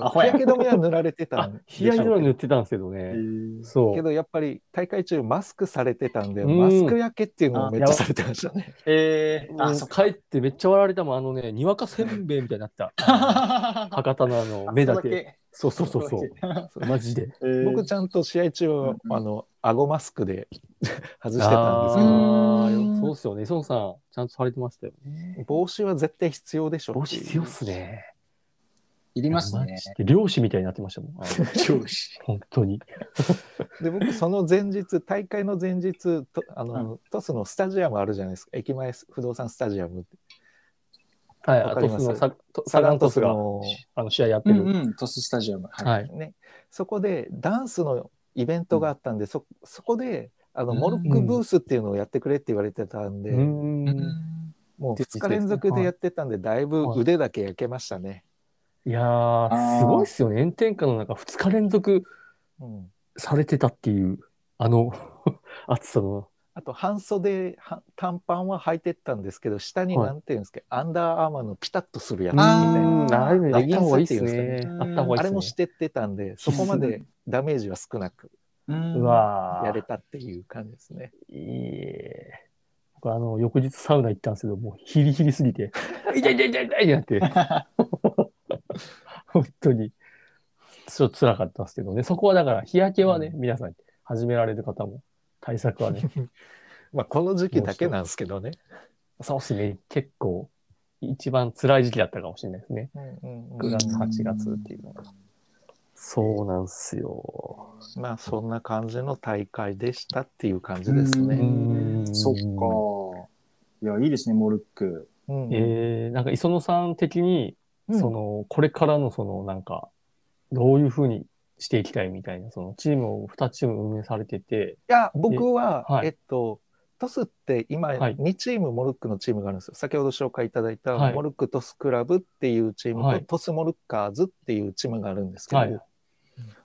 Speaker 2: アホ
Speaker 3: 日
Speaker 2: や
Speaker 3: 焼け止めは塗られてた
Speaker 1: あ
Speaker 3: んで、
Speaker 1: [laughs]
Speaker 3: し
Speaker 1: 冷
Speaker 3: ょ
Speaker 1: や
Speaker 3: う
Speaker 1: 色は
Speaker 3: け
Speaker 1: 塗ってたんですけど
Speaker 2: へ
Speaker 1: ね。
Speaker 2: ー
Speaker 1: そ
Speaker 3: どけ
Speaker 1: う。
Speaker 3: どやっぱり大会中マスクされてたんで、
Speaker 1: うん
Speaker 3: マスク焼けっていうのをめっちゃされてましたね。
Speaker 2: えー、
Speaker 1: あ
Speaker 2: あ、そ
Speaker 1: [laughs]
Speaker 2: っか。
Speaker 1: 帰ってめっちゃ笑われたもん、あのね、にわかせんべいみたいになった。
Speaker 2: [laughs]
Speaker 1: 博多のあの目だけ。そうそうそうそう。マジで。
Speaker 2: う
Speaker 3: 僕ちゃんと試合中は、
Speaker 2: うん
Speaker 3: あの顎マスクで [laughs] 外してたんですけど
Speaker 1: あ
Speaker 2: う
Speaker 1: ー
Speaker 2: ん
Speaker 1: そうっすよね。孫さん、ちゃんとされてましたよね。
Speaker 3: 帽子は絶対必要でしょう
Speaker 1: 帽子強っすね。
Speaker 2: い
Speaker 1: い
Speaker 2: りますね。
Speaker 1: 漁師みたいになってましたもん。あ
Speaker 2: [laughs]
Speaker 1: の
Speaker 2: 教師。
Speaker 1: 本当に。
Speaker 3: で僕その前日大会の前日とあの、トスのスタジアムあるじゃないですか駅前不動産スタジアムって
Speaker 1: はい、
Speaker 3: わ
Speaker 1: あ
Speaker 3: か
Speaker 1: ト
Speaker 3: り
Speaker 1: ス
Speaker 3: ます
Speaker 1: のサト
Speaker 3: サ
Speaker 1: サ
Speaker 3: ガ
Speaker 1: ガ
Speaker 3: ン
Speaker 1: ン
Speaker 3: ト
Speaker 1: ト
Speaker 3: ス
Speaker 1: スが
Speaker 3: の、
Speaker 1: あの試合やっ
Speaker 2: う
Speaker 1: てる。
Speaker 2: んうん、トススタジアム。い。
Speaker 1: はい。
Speaker 3: ね、そこでダンスのイベントがあったんで、そそこであの
Speaker 2: うん
Speaker 3: モルックブースっていうのをやってくれって言われてたんで、
Speaker 1: う。
Speaker 2: うんん
Speaker 3: もう2日連続でやってたんでだいぶ腕だけ焼けましたね。
Speaker 1: いやー、
Speaker 2: ー
Speaker 1: すごいっすよね。炎天下の中、2日連続
Speaker 3: うん
Speaker 1: されてたっていう、あの、 [laughs] 暑さの。
Speaker 3: あと半袖は短パンは履いてったんですけど下に
Speaker 1: はい
Speaker 3: なんていうんですか、アンダーアーマーのピタッとするやつ
Speaker 1: う
Speaker 3: みたいな。
Speaker 1: ん、ああいうのやった方がいいっす
Speaker 3: ラ
Speaker 1: ねあ
Speaker 2: ッ。カ
Speaker 1: っ
Speaker 2: ーセットですかね
Speaker 1: た方がいいっすね。
Speaker 3: あれもしてってたんで、そこま [laughs] でダメージは少なく
Speaker 2: うん
Speaker 1: うわー
Speaker 3: やれたっていう感じですね。
Speaker 1: いいえ。僕、あの、翌日サウナ行ったんですけど、もうヒリヒリすぎ
Speaker 3: [laughs]
Speaker 1: て、痛い痛い痛い痛いってなって、本当に、ちょっと辛かったですけどね。そこはだから、日焼けはね、皆さん、始められる方も、対策はね、
Speaker 3: [laughs] まあこの時期だけなんですけどね。
Speaker 1: そうですね、結構、一番辛い時期だったかもしれないですね。
Speaker 3: うんうんう
Speaker 1: 9
Speaker 3: ん
Speaker 1: 月、8月っていうのが。そうなんですよ。
Speaker 3: まあそんな感じの大会でしたっていう感じです
Speaker 1: う
Speaker 3: ね。
Speaker 1: ん
Speaker 2: そっか。いや、いいですね、モルック。
Speaker 3: うん
Speaker 1: えー、なんか磯野さん的に、
Speaker 3: うん
Speaker 1: その、これからのその、なんか、どういうふうにしていきたいみたいな、その、チームを2チーム運営されてて、
Speaker 3: いや僕は
Speaker 1: え
Speaker 3: え,、
Speaker 1: はい
Speaker 3: っとトスって今
Speaker 1: はい
Speaker 3: 2チームモルックのチームがあるんですよ。先ほど紹介いただいた
Speaker 1: はい
Speaker 3: モルックトスクラブっていうチームと、
Speaker 1: はい
Speaker 3: トスモルッカーズっていうチームがあるんですけど、
Speaker 1: はい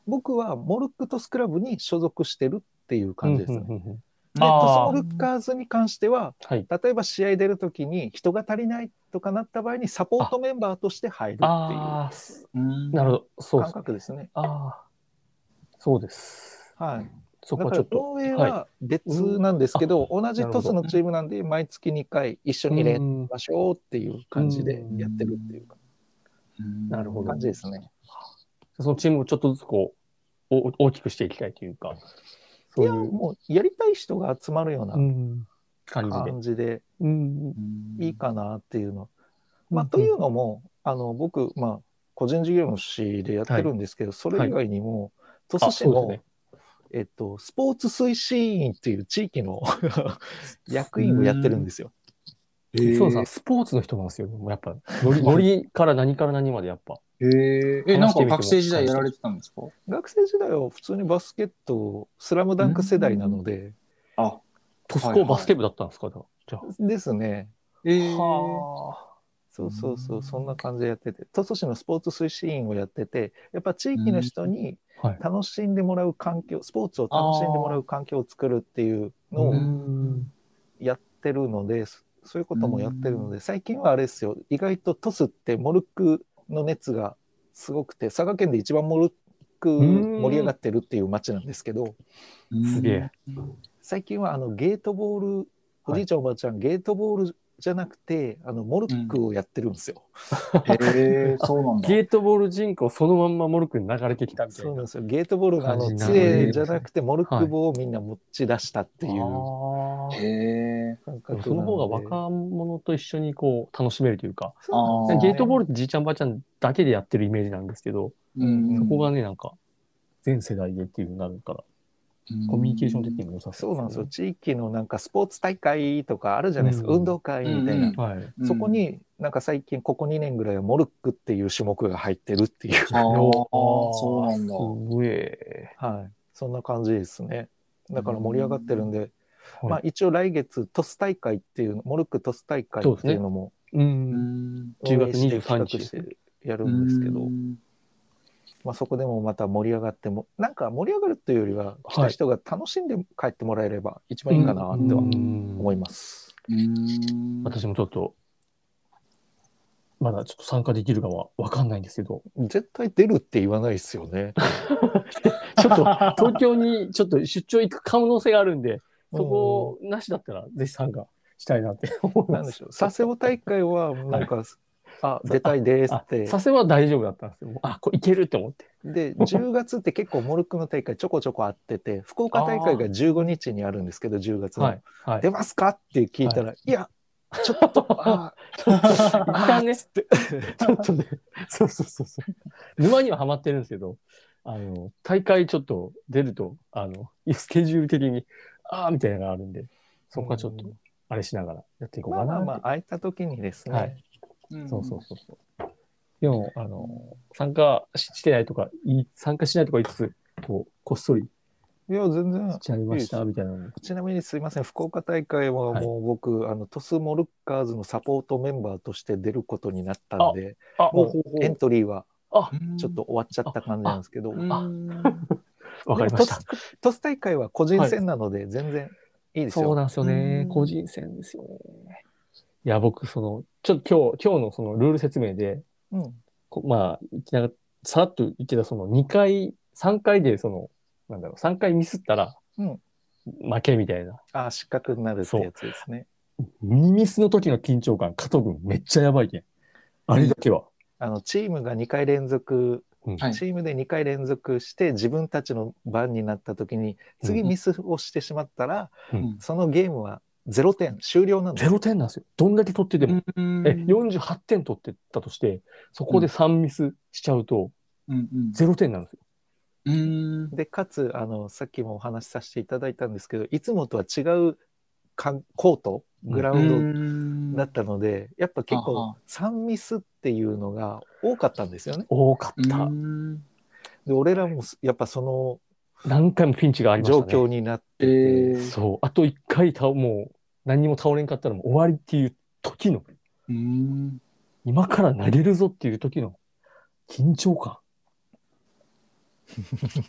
Speaker 3: 僕はモルックトスクラブに所属してるっていう感じですね。
Speaker 1: うんうんうんうん
Speaker 3: で、
Speaker 1: あ
Speaker 3: ト
Speaker 1: ー
Speaker 3: スモルッカーズに関しては、
Speaker 1: はい。
Speaker 3: 例えば試合出るときに人が足りないとかなった場合にサポートメンバーとして入るってい
Speaker 1: ああ、す
Speaker 2: うん
Speaker 1: なるほど。そううで
Speaker 3: 感
Speaker 1: す。
Speaker 3: 覚ですね。
Speaker 1: ああ、そうです。
Speaker 3: はい。
Speaker 1: そ
Speaker 3: だ
Speaker 1: こ
Speaker 3: か
Speaker 1: はちょ
Speaker 3: ら
Speaker 1: っと。
Speaker 3: 運営
Speaker 1: は
Speaker 3: は別なんですけど、同じ
Speaker 1: なるほど
Speaker 3: トスのチームなんで、毎月2回一緒に練習し
Speaker 1: うん
Speaker 3: ましょうっていう感じでやってるっていう
Speaker 1: なるほど
Speaker 3: 感じですね。
Speaker 1: そのチームをちょっとずつこう、お大きくしていきたいというか、
Speaker 3: い
Speaker 1: そうい
Speaker 3: や、
Speaker 1: う
Speaker 3: もうやりたい人が集まるような
Speaker 1: うん感じで
Speaker 3: 感じで。
Speaker 1: うん
Speaker 2: うん
Speaker 3: いいかなっていうの。
Speaker 1: うん
Speaker 3: まあ、
Speaker 1: うん
Speaker 3: というのも、あの僕、まあ、個人事業主でやってるんですけど、それ以外にも、鳥栖市
Speaker 1: あそ
Speaker 3: の、
Speaker 1: うです
Speaker 3: えっと、スポーツ推進員っていう地域の [laughs] 役員をやってるんですよ。
Speaker 2: へー
Speaker 1: そうさん、スポーツの人なんですよね。もうやっぱ、ノリノリから何から何までやっぱ。
Speaker 2: へーえ、なんか学生時代やられてたんですか
Speaker 3: 学生時代は普通にバスケット、スラムダンク世代なので、
Speaker 2: あ、
Speaker 1: トスコバスケ部だったんですか、じゃあ。
Speaker 3: ですね。
Speaker 2: えー、
Speaker 1: は
Speaker 3: そうそうそう、そんな感じでやってて、鳥栖市のスポーツ推進員をやってて、やっぱ地域の人に
Speaker 1: あ。はい。
Speaker 3: 楽しんでもらう環境、スポーツを楽しんでもらう環境を作るっていうの
Speaker 1: う
Speaker 3: を
Speaker 1: ん
Speaker 3: やってるので、そそういうこともやってるの
Speaker 2: う
Speaker 3: で、最近はあれですよ、意外とトスってモルックの熱がすごくて、佐賀県で一番モルック
Speaker 1: うん
Speaker 3: 盛り上がってるっていう街なんですけど、
Speaker 1: すげえ。
Speaker 3: 最近はあのゲートボール、おじいちゃんおばあちゃん、ゲートボールじゃなくて、あのモルックをやってるんですよ。
Speaker 2: へえ、そうなんだ。
Speaker 1: ゲートボール人口そのまんまモルクに流れてきたみたい
Speaker 3: そ
Speaker 1: な。
Speaker 3: うなんですよ。ゲートボールがあの
Speaker 1: 感じになる
Speaker 3: 杖じゃなくてモルック棒をみんな持ち出したっていう
Speaker 1: あー
Speaker 2: へえ。
Speaker 3: 感覚
Speaker 1: でも
Speaker 3: なので。
Speaker 1: その方が若者と一緒にこう楽しめるというか、
Speaker 3: そうなんです
Speaker 1: ゲ
Speaker 3: よね
Speaker 1: ートボールってじいちゃんばあちゃんだけでやってるイメージなんですけど、
Speaker 2: うん
Speaker 1: そこがね、なんか全世代でっていうなるから、コミュニケーション的にも良さ
Speaker 3: そうなんですよ。
Speaker 1: ね
Speaker 3: 地域のなんかスポーツ大会とかあるじゃないですか。
Speaker 1: うん
Speaker 3: 運動会みたいな。
Speaker 2: うん
Speaker 1: はい。
Speaker 3: そこ、になんか最近ここ2年ぐらいはモルックっていう種目が入ってるっていう、
Speaker 2: ああ、そう
Speaker 1: あ
Speaker 2: な
Speaker 1: ー
Speaker 2: んだ。
Speaker 1: すごい。
Speaker 3: はい、そんな感じですね。だから盛り上がってるんで、
Speaker 1: うん
Speaker 3: まあ一応来月トス大会っていうのモルックトス大会っていうのも
Speaker 1: う。
Speaker 2: うんん
Speaker 1: 10月
Speaker 3: 運営して
Speaker 1: 23
Speaker 3: 企
Speaker 1: 日
Speaker 3: 画してやるんですけど、まあそこでもまた盛り上がってもなんか盛り上がるというよりは来た人が楽しんで帰ってもらえれば一番いいかなっては
Speaker 1: うん
Speaker 3: 思います。
Speaker 2: うん
Speaker 1: 私もちょっと、まだちょっと参加できるかはわかんないんですけど、
Speaker 3: 絶対出るって言わないですよね。
Speaker 1: ちょっと
Speaker 3: [laughs]
Speaker 1: 東京にちょっと出張行く可能性があるんで、そこなしだったらぜひ参加したいなって思い
Speaker 3: な
Speaker 1: ま。
Speaker 3: んですしょう [laughs] 佐世保大会はなんか、あ出たいです
Speaker 1: あ
Speaker 3: っ、て
Speaker 1: 佐世保は大丈夫だったんですよ。あ、これいけるって思って。 [laughs]
Speaker 3: で10月って結構モルックの大会ちょこちょこあってて福岡大会が15日にあるんですけど10月の、
Speaker 1: はい。はい。
Speaker 3: 出ますかって聞いたら、い、やちょ
Speaker 1: [laughs]
Speaker 3: っとあー
Speaker 1: 一旦ね
Speaker 3: あーっつって
Speaker 1: [laughs] ちょっとね、そうそうそうそう。沼にはハマってるんですけど、あの、大会ちょっと出ると、あの、スケジュール的に、ああ、みたいなのがあるんで、そこはちょっと
Speaker 3: うん、
Speaker 1: あれしながらやっていこう
Speaker 3: ま
Speaker 1: かな
Speaker 3: あま
Speaker 1: っ
Speaker 3: あ
Speaker 1: て。
Speaker 3: まあ空いた時にですね、
Speaker 1: はい
Speaker 2: うん
Speaker 1: そうそうそうそう。でも、あの、参加してないとか、い参加しないとか言いつつ、こう、こっそり
Speaker 3: い、や全然
Speaker 1: しちゃいまし
Speaker 3: い
Speaker 1: た、
Speaker 3: い
Speaker 1: みたいなのも。
Speaker 3: ちなみにすいません福岡大会はもう僕、あのトスモルッカーズのサポートメンバーとして出ることになったんで
Speaker 1: あ、
Speaker 3: も
Speaker 1: ほうほう
Speaker 3: エントリーは
Speaker 2: うん
Speaker 3: ちょっと終わっちゃった感じなんですけど、
Speaker 2: うん
Speaker 1: わかりました
Speaker 3: で。もトストス大会は個人戦なので全然いいですよ。
Speaker 1: そうなんですよ
Speaker 2: う
Speaker 1: ね
Speaker 2: ん。
Speaker 1: 個人戦ですよね。いや、僕、その、ちょっと今日、今日のそのルール説明で、
Speaker 3: うん
Speaker 1: こまあ、いきなりさらっと言ってた、その2回、3回で、その、なんだろう、3回ミスったら、
Speaker 3: うん
Speaker 1: 負けみたいな。
Speaker 3: ああ、失格になるってやつですね。
Speaker 1: ミミスの時の緊張感、加藤君めっちゃやばいけん。あれだけは。
Speaker 3: あのチームが2回連続、
Speaker 1: うん
Speaker 2: はい
Speaker 3: チームで2回連続して自分たちの番になった時に次
Speaker 1: うん
Speaker 3: ミスをしてしまったら、
Speaker 1: うん
Speaker 3: そのゲームは0点終了なんです
Speaker 1: ゼロ点なんですよ。どんだけ取ってても。
Speaker 2: うん
Speaker 1: え、48点取ってたとして、そこで3ミスしちゃうと、
Speaker 2: うんうん
Speaker 1: ゼロ点なんですよ。
Speaker 2: うん
Speaker 3: でかつあのさっきもお話しさせていただいたんですけどいつもとは違うかんコートグラウンドだったので、やっぱ結
Speaker 2: あ
Speaker 3: 構
Speaker 2: は
Speaker 3: 3ミスっていうのが多かったんですよね。
Speaker 1: 多かった。
Speaker 2: うん
Speaker 3: で俺らもやっぱその
Speaker 1: 何回もピンチがありまし
Speaker 3: 状
Speaker 1: たね。
Speaker 3: 況になっ
Speaker 2: え
Speaker 3: てて、
Speaker 2: ー
Speaker 1: そう。あと1回倒、もう、何にも倒れんかったらもう終わりっていう時の、
Speaker 2: うん
Speaker 1: 今から投げるぞっていう時の緊張感。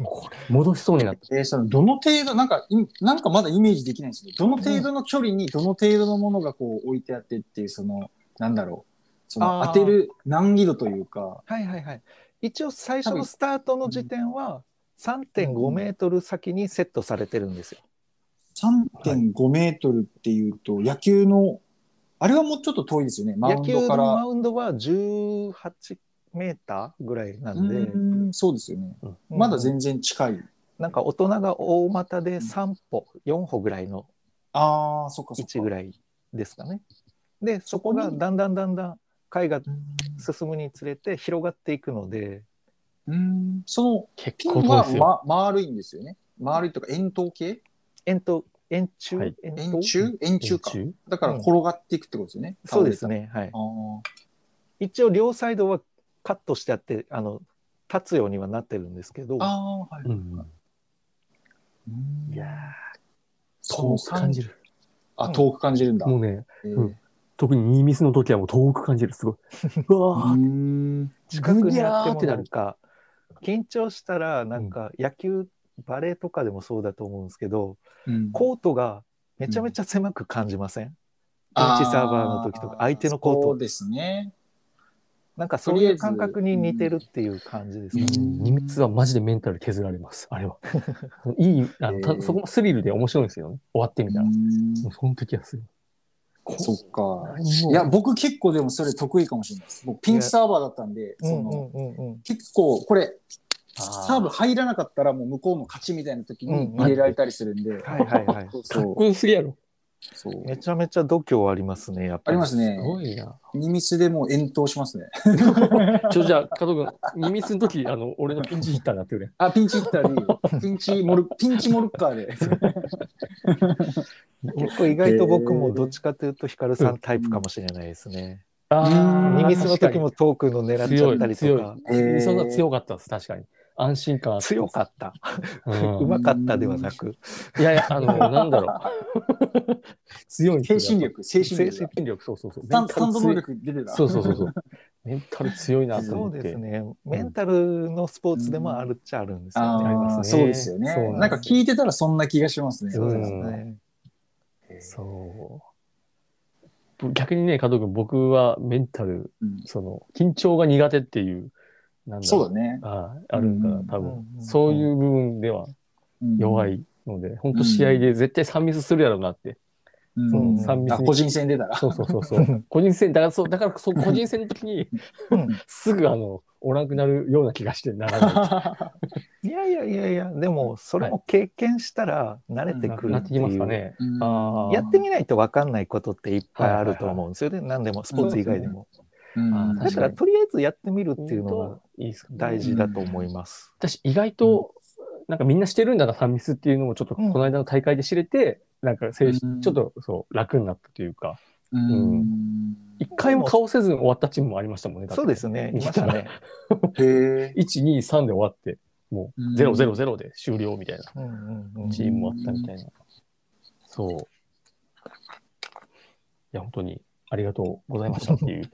Speaker 1: これ戻しそうになった。
Speaker 2: えーそのどの程度、なんか、いなんかまだイメージできないんですけど、どの程度の距離にどの程度のものがこう置いてあってっていう、その、なんだろう、その
Speaker 3: あー
Speaker 2: 当てる難易度というか、
Speaker 3: はいはいはい。一応最初
Speaker 2: 多
Speaker 3: の
Speaker 2: 分
Speaker 3: スタートの時点は3.5メートル先にセットされてるんですよ。
Speaker 2: 3.5メートルっていうと、野球の、あれはもうちょっと遠いですよね、マウ
Speaker 3: 野
Speaker 2: ン
Speaker 3: 球
Speaker 2: ド
Speaker 3: の
Speaker 2: から。
Speaker 3: マウンドは18メーターぐらいなんで、
Speaker 2: うんそうですよね。まだ全然近い。
Speaker 3: なんか大人が大股で3歩、4歩ぐらいの
Speaker 2: ああ、そっか
Speaker 3: 位
Speaker 2: そっか。
Speaker 3: 置ぐらいですかね。で、そこがだんだんだんだん海が進むにつれて広がっていくので、
Speaker 2: うんうんその、
Speaker 1: 結
Speaker 2: ピン
Speaker 1: 構遠い
Speaker 2: は
Speaker 1: ですよ。、
Speaker 2: ま、丸いんですよね。丸いとか円筒形
Speaker 3: 円と円柱、
Speaker 1: はい
Speaker 3: 円
Speaker 2: 円
Speaker 3: 筒
Speaker 2: 柱円柱か。
Speaker 1: 中
Speaker 2: だから転がっていくってことですよね。
Speaker 3: そうです
Speaker 2: ね。
Speaker 3: ね。はい
Speaker 2: あ。あ
Speaker 3: 一応両サイドはカットしてあってあの立つようにはなってるんですけど
Speaker 2: ああ、はい。
Speaker 1: うん。
Speaker 2: うん
Speaker 1: いやー、
Speaker 2: そ
Speaker 1: 遠
Speaker 2: の
Speaker 1: く感
Speaker 2: 感
Speaker 1: じ
Speaker 2: じ
Speaker 1: る。
Speaker 2: あ、遠く感じるんだ。
Speaker 1: もうね、
Speaker 2: え
Speaker 1: う
Speaker 2: ー
Speaker 1: ん特にニーミスの時はもう遠く感じる。すごい。うわー、
Speaker 2: うん
Speaker 3: 近く
Speaker 1: ぐ
Speaker 3: に
Speaker 1: にゃー
Speaker 3: あって
Speaker 1: っ
Speaker 3: も
Speaker 1: てな
Speaker 3: な
Speaker 1: る
Speaker 3: んか緊張したらなんか野球、バレーとかでもそうだと思うんですけど
Speaker 2: うん
Speaker 3: コートがめちゃめちゃ狭く感じません、ピンチサーバーの時とか相手のコート
Speaker 2: そうですね。
Speaker 3: なんかそういう感覚に似てるっていう感じです
Speaker 1: う
Speaker 3: ね。
Speaker 1: んニミスはマジでメンタル削られます。あれは。いい、あのた
Speaker 2: えー
Speaker 1: そこもスリルで面白いんですよね。終わってみたら。も
Speaker 2: うん
Speaker 1: うその時はすごい。
Speaker 2: そっか。
Speaker 1: 何も
Speaker 2: いや、僕結構でもそれ得意かもしれないです。僕ピンチサーバーだったんで、
Speaker 3: う
Speaker 2: そ
Speaker 3: んう
Speaker 2: の
Speaker 3: んうんうん
Speaker 2: 結構これ、
Speaker 1: あー
Speaker 2: サーブ入らなかったらもう向こうの勝ちみたいな時
Speaker 3: う
Speaker 2: に
Speaker 3: ん
Speaker 2: 入れられたりするんで。
Speaker 3: はいはいはい。
Speaker 2: そ
Speaker 1: か
Speaker 2: う
Speaker 1: っ
Speaker 2: そ
Speaker 1: こよすぎやろ。
Speaker 2: そう。
Speaker 3: めちゃめちゃ度胸ありますね、やっ
Speaker 2: あ
Speaker 3: ぱり。
Speaker 2: りますね
Speaker 1: す。ごいな。
Speaker 2: ニミスでもう遠投し
Speaker 3: [laughs]
Speaker 2: ますね。
Speaker 1: ちょ、じゃあ、加藤君、ミミスの時、あの、俺のピンチヒッターになってくれ。
Speaker 2: あ、ピンチヒッターに、ピンチ [laughs] モル、ピンチモルッカーで。
Speaker 3: 結構意外と僕もどっちかというとヒカルさんタイプかもしれないですね。
Speaker 2: うん
Speaker 3: ミ
Speaker 2: ー
Speaker 3: ミスの時もトークの狙っちゃったりとか。
Speaker 2: えー
Speaker 1: ミミスの時強かったです、確かに。安心感あって
Speaker 3: 強かった。
Speaker 1: うん
Speaker 3: うまかったではなく、
Speaker 1: いやいや、あの、なんだろう。強いんで
Speaker 2: 精
Speaker 1: すよ
Speaker 2: 神。力、精神力
Speaker 1: 精
Speaker 2: が。
Speaker 1: 神力、そうそうそう。
Speaker 2: スタンスタンド能
Speaker 1: 強い。
Speaker 2: 力出てた。
Speaker 1: そうそうそうそう。メンタル強いなと
Speaker 3: そ
Speaker 1: 思
Speaker 3: う
Speaker 1: って。
Speaker 3: ですね。メンタルのスポーツでもあるっちゃあるんですよね。
Speaker 1: りま
Speaker 2: あ
Speaker 1: す
Speaker 2: あ、
Speaker 1: ね
Speaker 2: そうですよね
Speaker 1: そうなんです。よ
Speaker 2: なんか聞いてたらそんな気がしますね。
Speaker 3: そうです
Speaker 1: う
Speaker 3: ね。
Speaker 1: そう。逆にね、加藤君、僕はメンタル、
Speaker 2: うん
Speaker 1: その、緊張が苦手っていう、なんだ
Speaker 2: そう
Speaker 1: う
Speaker 2: だね。
Speaker 1: あああるから、
Speaker 2: うん
Speaker 1: 多分、
Speaker 3: うん
Speaker 1: そういう部分では
Speaker 2: うん
Speaker 1: 弱。いので、本当試合で絶対3ミスするやろうなって。
Speaker 2: う
Speaker 1: そ
Speaker 2: ん
Speaker 1: の三密
Speaker 2: あ、
Speaker 1: に
Speaker 2: 個人戦出たら。
Speaker 1: そうそうそうそう。個人戦、だからそう、だからそう、個人戦の時に
Speaker 3: うん、
Speaker 1: すぐあの、おらんくなるような気がしてならない。
Speaker 3: いやいやいやいや、でもそれも経験したら慣れてくる
Speaker 1: な
Speaker 3: っ
Speaker 1: って
Speaker 3: て
Speaker 1: きます
Speaker 3: い
Speaker 1: か
Speaker 3: う。
Speaker 1: ね。
Speaker 2: [laughs] うん
Speaker 1: あー
Speaker 3: やってみないと分かんないことっていっぱいあると思うんですよね。何でも、スポーツ以外でも。
Speaker 2: うん
Speaker 1: あー
Speaker 3: だ
Speaker 1: 確
Speaker 3: か
Speaker 1: か
Speaker 3: ら、
Speaker 1: に
Speaker 3: とりあえずやってみるっていうのが
Speaker 1: いいですかね
Speaker 3: 大事だと思います。
Speaker 1: 私、意外と、なんかみんなしてるんだな、サンミスっていうのも、ちょっとこ
Speaker 3: うん
Speaker 1: の間の大会で知れて、なんか精
Speaker 2: うん
Speaker 1: 神、ちょっとそう、楽になったというか、
Speaker 2: うん。
Speaker 1: 一回も顔せずに終わったチームもありましたもんね。だって
Speaker 3: そうですね。いましたね。
Speaker 2: へえ。
Speaker 1: 1、2、3で終わって、も
Speaker 2: うん
Speaker 1: う、0、0、0で終了みたいな
Speaker 3: うんうんうん
Speaker 1: チームもあったみたいな。そう。いや、本当にありがとうございましたって
Speaker 2: [laughs]
Speaker 1: いう、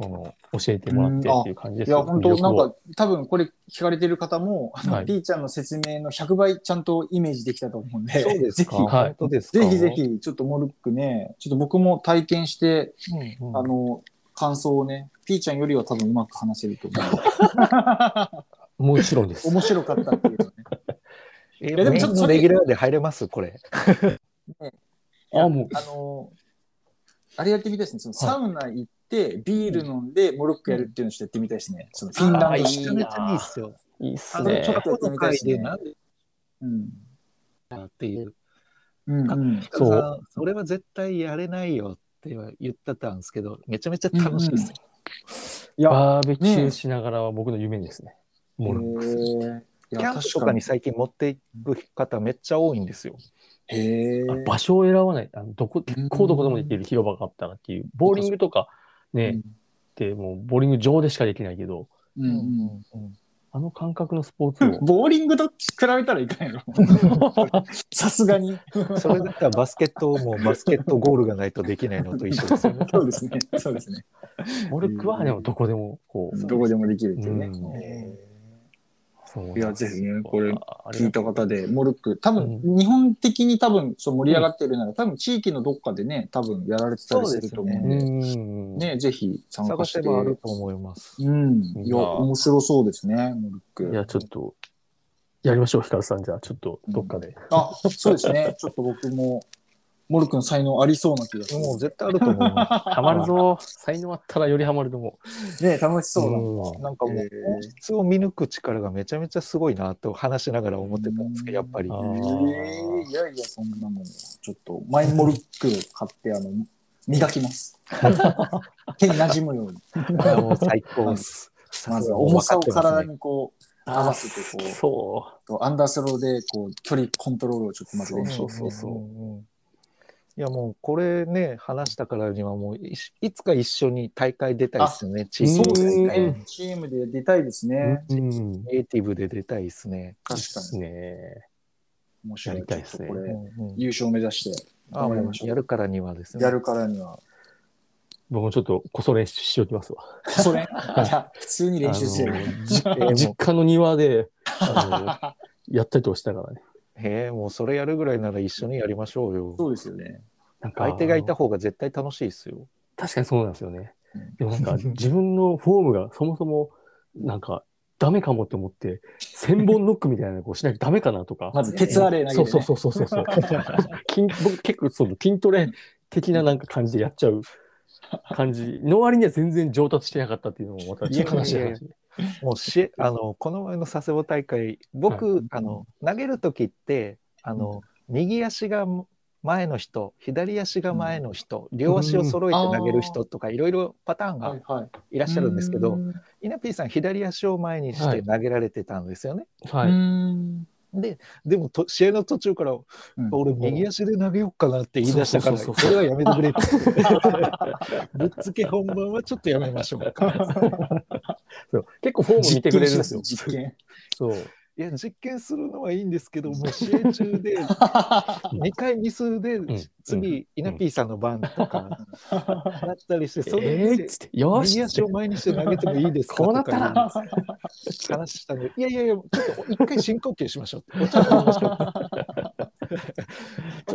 Speaker 1: その、教えてもらってっていう感じで
Speaker 2: い
Speaker 1: す
Speaker 2: や、
Speaker 1: よ。
Speaker 2: 本当
Speaker 1: 魅力
Speaker 2: な
Speaker 1: を
Speaker 2: んか、多分これ聞かれてる方も、あ
Speaker 1: は
Speaker 2: の、
Speaker 1: い
Speaker 2: P ちゃんの説明の100倍ちゃんとイメージできたと思うんで、
Speaker 3: そうですか。
Speaker 1: ぜひはい
Speaker 3: 本当ですか。
Speaker 2: ぜひぜひ、ちょっとモルックね、ちょっと僕も体験して、
Speaker 3: うんうん。
Speaker 2: あの、感想をね、P ちゃんよりは多分うまく話せると思う。
Speaker 1: もちろんです。
Speaker 2: 面白かったっていうのね。
Speaker 3: え
Speaker 2: いやでもちょっとそれ
Speaker 3: レギュラーで入れますこれ。
Speaker 1: あ、も
Speaker 2: あのあれやってみたいですね。そのサウナ行って、ビール飲んで、モルックやるっていうのちょっとやってみたいですね。そのフィンラ
Speaker 1: あ
Speaker 2: ン
Speaker 1: ー
Speaker 2: ド
Speaker 3: 一
Speaker 2: 式
Speaker 3: 緒
Speaker 1: いい
Speaker 3: に
Speaker 1: な
Speaker 2: の。
Speaker 3: いいっすよ。
Speaker 1: う、いいっす
Speaker 3: あの
Speaker 1: ね
Speaker 3: ちょ。っとの会でなんで
Speaker 2: うん。
Speaker 3: かっていう。
Speaker 2: うん、うん。
Speaker 1: そう
Speaker 3: そう。それは絶対やれないよっては言ってたんですけど、めちゃめちゃ楽しいですよ。
Speaker 2: いや
Speaker 1: バーベキューしながらは僕の夢ですね。モルックス。
Speaker 2: へーい
Speaker 3: キ
Speaker 2: や
Speaker 3: ャンプとかに最近持っていく方めっちゃ多いんですよ。
Speaker 2: へえ。
Speaker 1: あ場所を選ばない。あのどこ、結構どこでもできる広場があったらっていう。ボーリングとかね、ってもうボーリング場でしかできないけど、
Speaker 2: うんうん
Speaker 1: あの感覚のスポーツを。
Speaker 2: [laughs] ボーリングと比べたらいかんやろ。さすがに。
Speaker 3: それだったらバスケットもバスケットゴールがないとできないのと一緒ですよね。
Speaker 2: そうですね。そうですね。
Speaker 1: モルックはでもどこでも、こう。
Speaker 2: どこでもできるっていうね。
Speaker 1: うん
Speaker 2: へー
Speaker 1: そう
Speaker 2: いやぜひねこれ
Speaker 1: あり
Speaker 2: 聞
Speaker 1: が
Speaker 2: い
Speaker 1: と
Speaker 2: た方で、モルック、多分、
Speaker 1: う
Speaker 2: 日本的に多分、そう盛り上がってるなら、多分、地域のどっかでね、多分、やられてたりすると思うん
Speaker 1: う。
Speaker 2: で、
Speaker 1: うん。
Speaker 2: ね、ぜひ参加
Speaker 3: 探
Speaker 2: して。
Speaker 3: せばあると思います。
Speaker 2: うん。いや、
Speaker 1: いや
Speaker 2: 面白そうですね、モルッ
Speaker 1: いや、
Speaker 2: ク。
Speaker 1: ちょっと、やりましょう、ヒカルさん。じゃあ、ちょっと、どっかで。
Speaker 2: あ、そうですね。ちょっと僕も、モルックの才能ありそうな気がする。
Speaker 3: もう絶対あると思いま
Speaker 1: ハマるぞ。才能あったらよりハマると思う。
Speaker 2: ね、楽しそう
Speaker 1: うん
Speaker 3: す。なんかも
Speaker 2: へ
Speaker 3: う
Speaker 2: ー
Speaker 3: 本質を見抜く力がめちゃめちゃすごいなと話しながら思ってたんですけど、やっぱり
Speaker 2: だ。
Speaker 1: あ
Speaker 2: え
Speaker 1: ー
Speaker 2: ーいやいや、そんなもん。ちょっと、マイモルック買って、あの、磨きます。手に馴染むように。
Speaker 3: あれはもう最高です。
Speaker 2: まずは重さを体
Speaker 3: に。
Speaker 2: にこう、合
Speaker 1: あ
Speaker 2: わ
Speaker 1: あ、
Speaker 2: せてこう。
Speaker 1: そう。
Speaker 2: とアンダースローでこう距離コントロールをちょっとまず練習
Speaker 1: そうそうそう
Speaker 3: うんうんいやもうこれね話したからにはもういしいつか一緒に大会出たいですよね。地域
Speaker 1: そうです
Speaker 3: 大
Speaker 1: ね
Speaker 3: 会。
Speaker 1: うん
Speaker 2: チームで出たいですね。
Speaker 1: うん。
Speaker 3: ネイティブで出たいですね。
Speaker 2: 確かに。
Speaker 1: ね。
Speaker 2: 面白い。
Speaker 1: やりたいですね
Speaker 2: ちょっとこ
Speaker 3: う
Speaker 2: れ
Speaker 3: んうん
Speaker 2: 優勝目指して
Speaker 3: あ
Speaker 2: 頑張り
Speaker 3: も
Speaker 2: ましょ
Speaker 3: う
Speaker 2: う
Speaker 3: やるからにはですね。
Speaker 2: やるからには。
Speaker 1: 僕もちょっとこそ練習しておきますわ。
Speaker 2: [laughs] それ、いや、普通に練習して
Speaker 1: あ
Speaker 2: る。
Speaker 1: のじ
Speaker 3: えーもう
Speaker 1: 実家の庭で、あのやったりとかしたからね。
Speaker 3: へえ、もうそれやるぐらいなら一緒にやりましょうよ。
Speaker 2: そうですよね。
Speaker 1: なんか
Speaker 3: 相手がいた方が絶対楽しいですよ。
Speaker 1: 確かにそうなんですよね
Speaker 2: うん。
Speaker 1: でもなんか自分のフォームがそもそもなんかダメかもって思って、千本ノックみたいなのをしないとダメかなとか。
Speaker 2: まず、鉄アレイ投げて、
Speaker 1: そう
Speaker 2: ね。
Speaker 1: そうそうそうそう。 [laughs] 筋僕結構その筋トレ的ななんか感じでやっちゃう感じの割には全然上達してなかったっていうのもまたちょっと悲しい
Speaker 3: いやいやい
Speaker 1: 話
Speaker 3: や。もうし、あの、この前の佐世保大会、僕、
Speaker 1: はい
Speaker 3: あの、投げる時って、あの、右足が前の人、左足が前の人、両足を揃えて投げる人とか、いろいろパターン
Speaker 2: は
Speaker 3: が
Speaker 2: いはい。
Speaker 3: いらっしゃるんですけど、
Speaker 2: うん
Speaker 3: イナピーさん、左足を前にして投げられてたんですよね。
Speaker 1: は
Speaker 2: う
Speaker 1: い。
Speaker 2: ん
Speaker 3: で、でもと試合の途中から、俺、右足で投げようかなって言い出したから、
Speaker 1: そうそう
Speaker 3: こ
Speaker 1: そう
Speaker 3: れはやめてくれって。 [laughs] ぶっつけ本番はちょっとやめましょうか。
Speaker 1: そう結構フォーム見てくれるんですよ。
Speaker 2: 実験
Speaker 1: そう。
Speaker 3: いや、実験するのはいいんですけど、もう試合中で2回ミスで
Speaker 1: ん、
Speaker 3: 次、イナピーさんの番と
Speaker 1: [laughs]
Speaker 3: か、なったりして、それ
Speaker 1: えーっ
Speaker 3: で、
Speaker 1: つって、よし
Speaker 3: 右
Speaker 1: っつ
Speaker 3: 足
Speaker 1: っ
Speaker 3: を前にして投げてもいいですか
Speaker 1: こうなった
Speaker 3: と
Speaker 1: ら
Speaker 3: かいう話したので、いやいやいや、ちょっと一回深呼吸しましょうって。お [laughs] 茶飲みましょう
Speaker 1: て、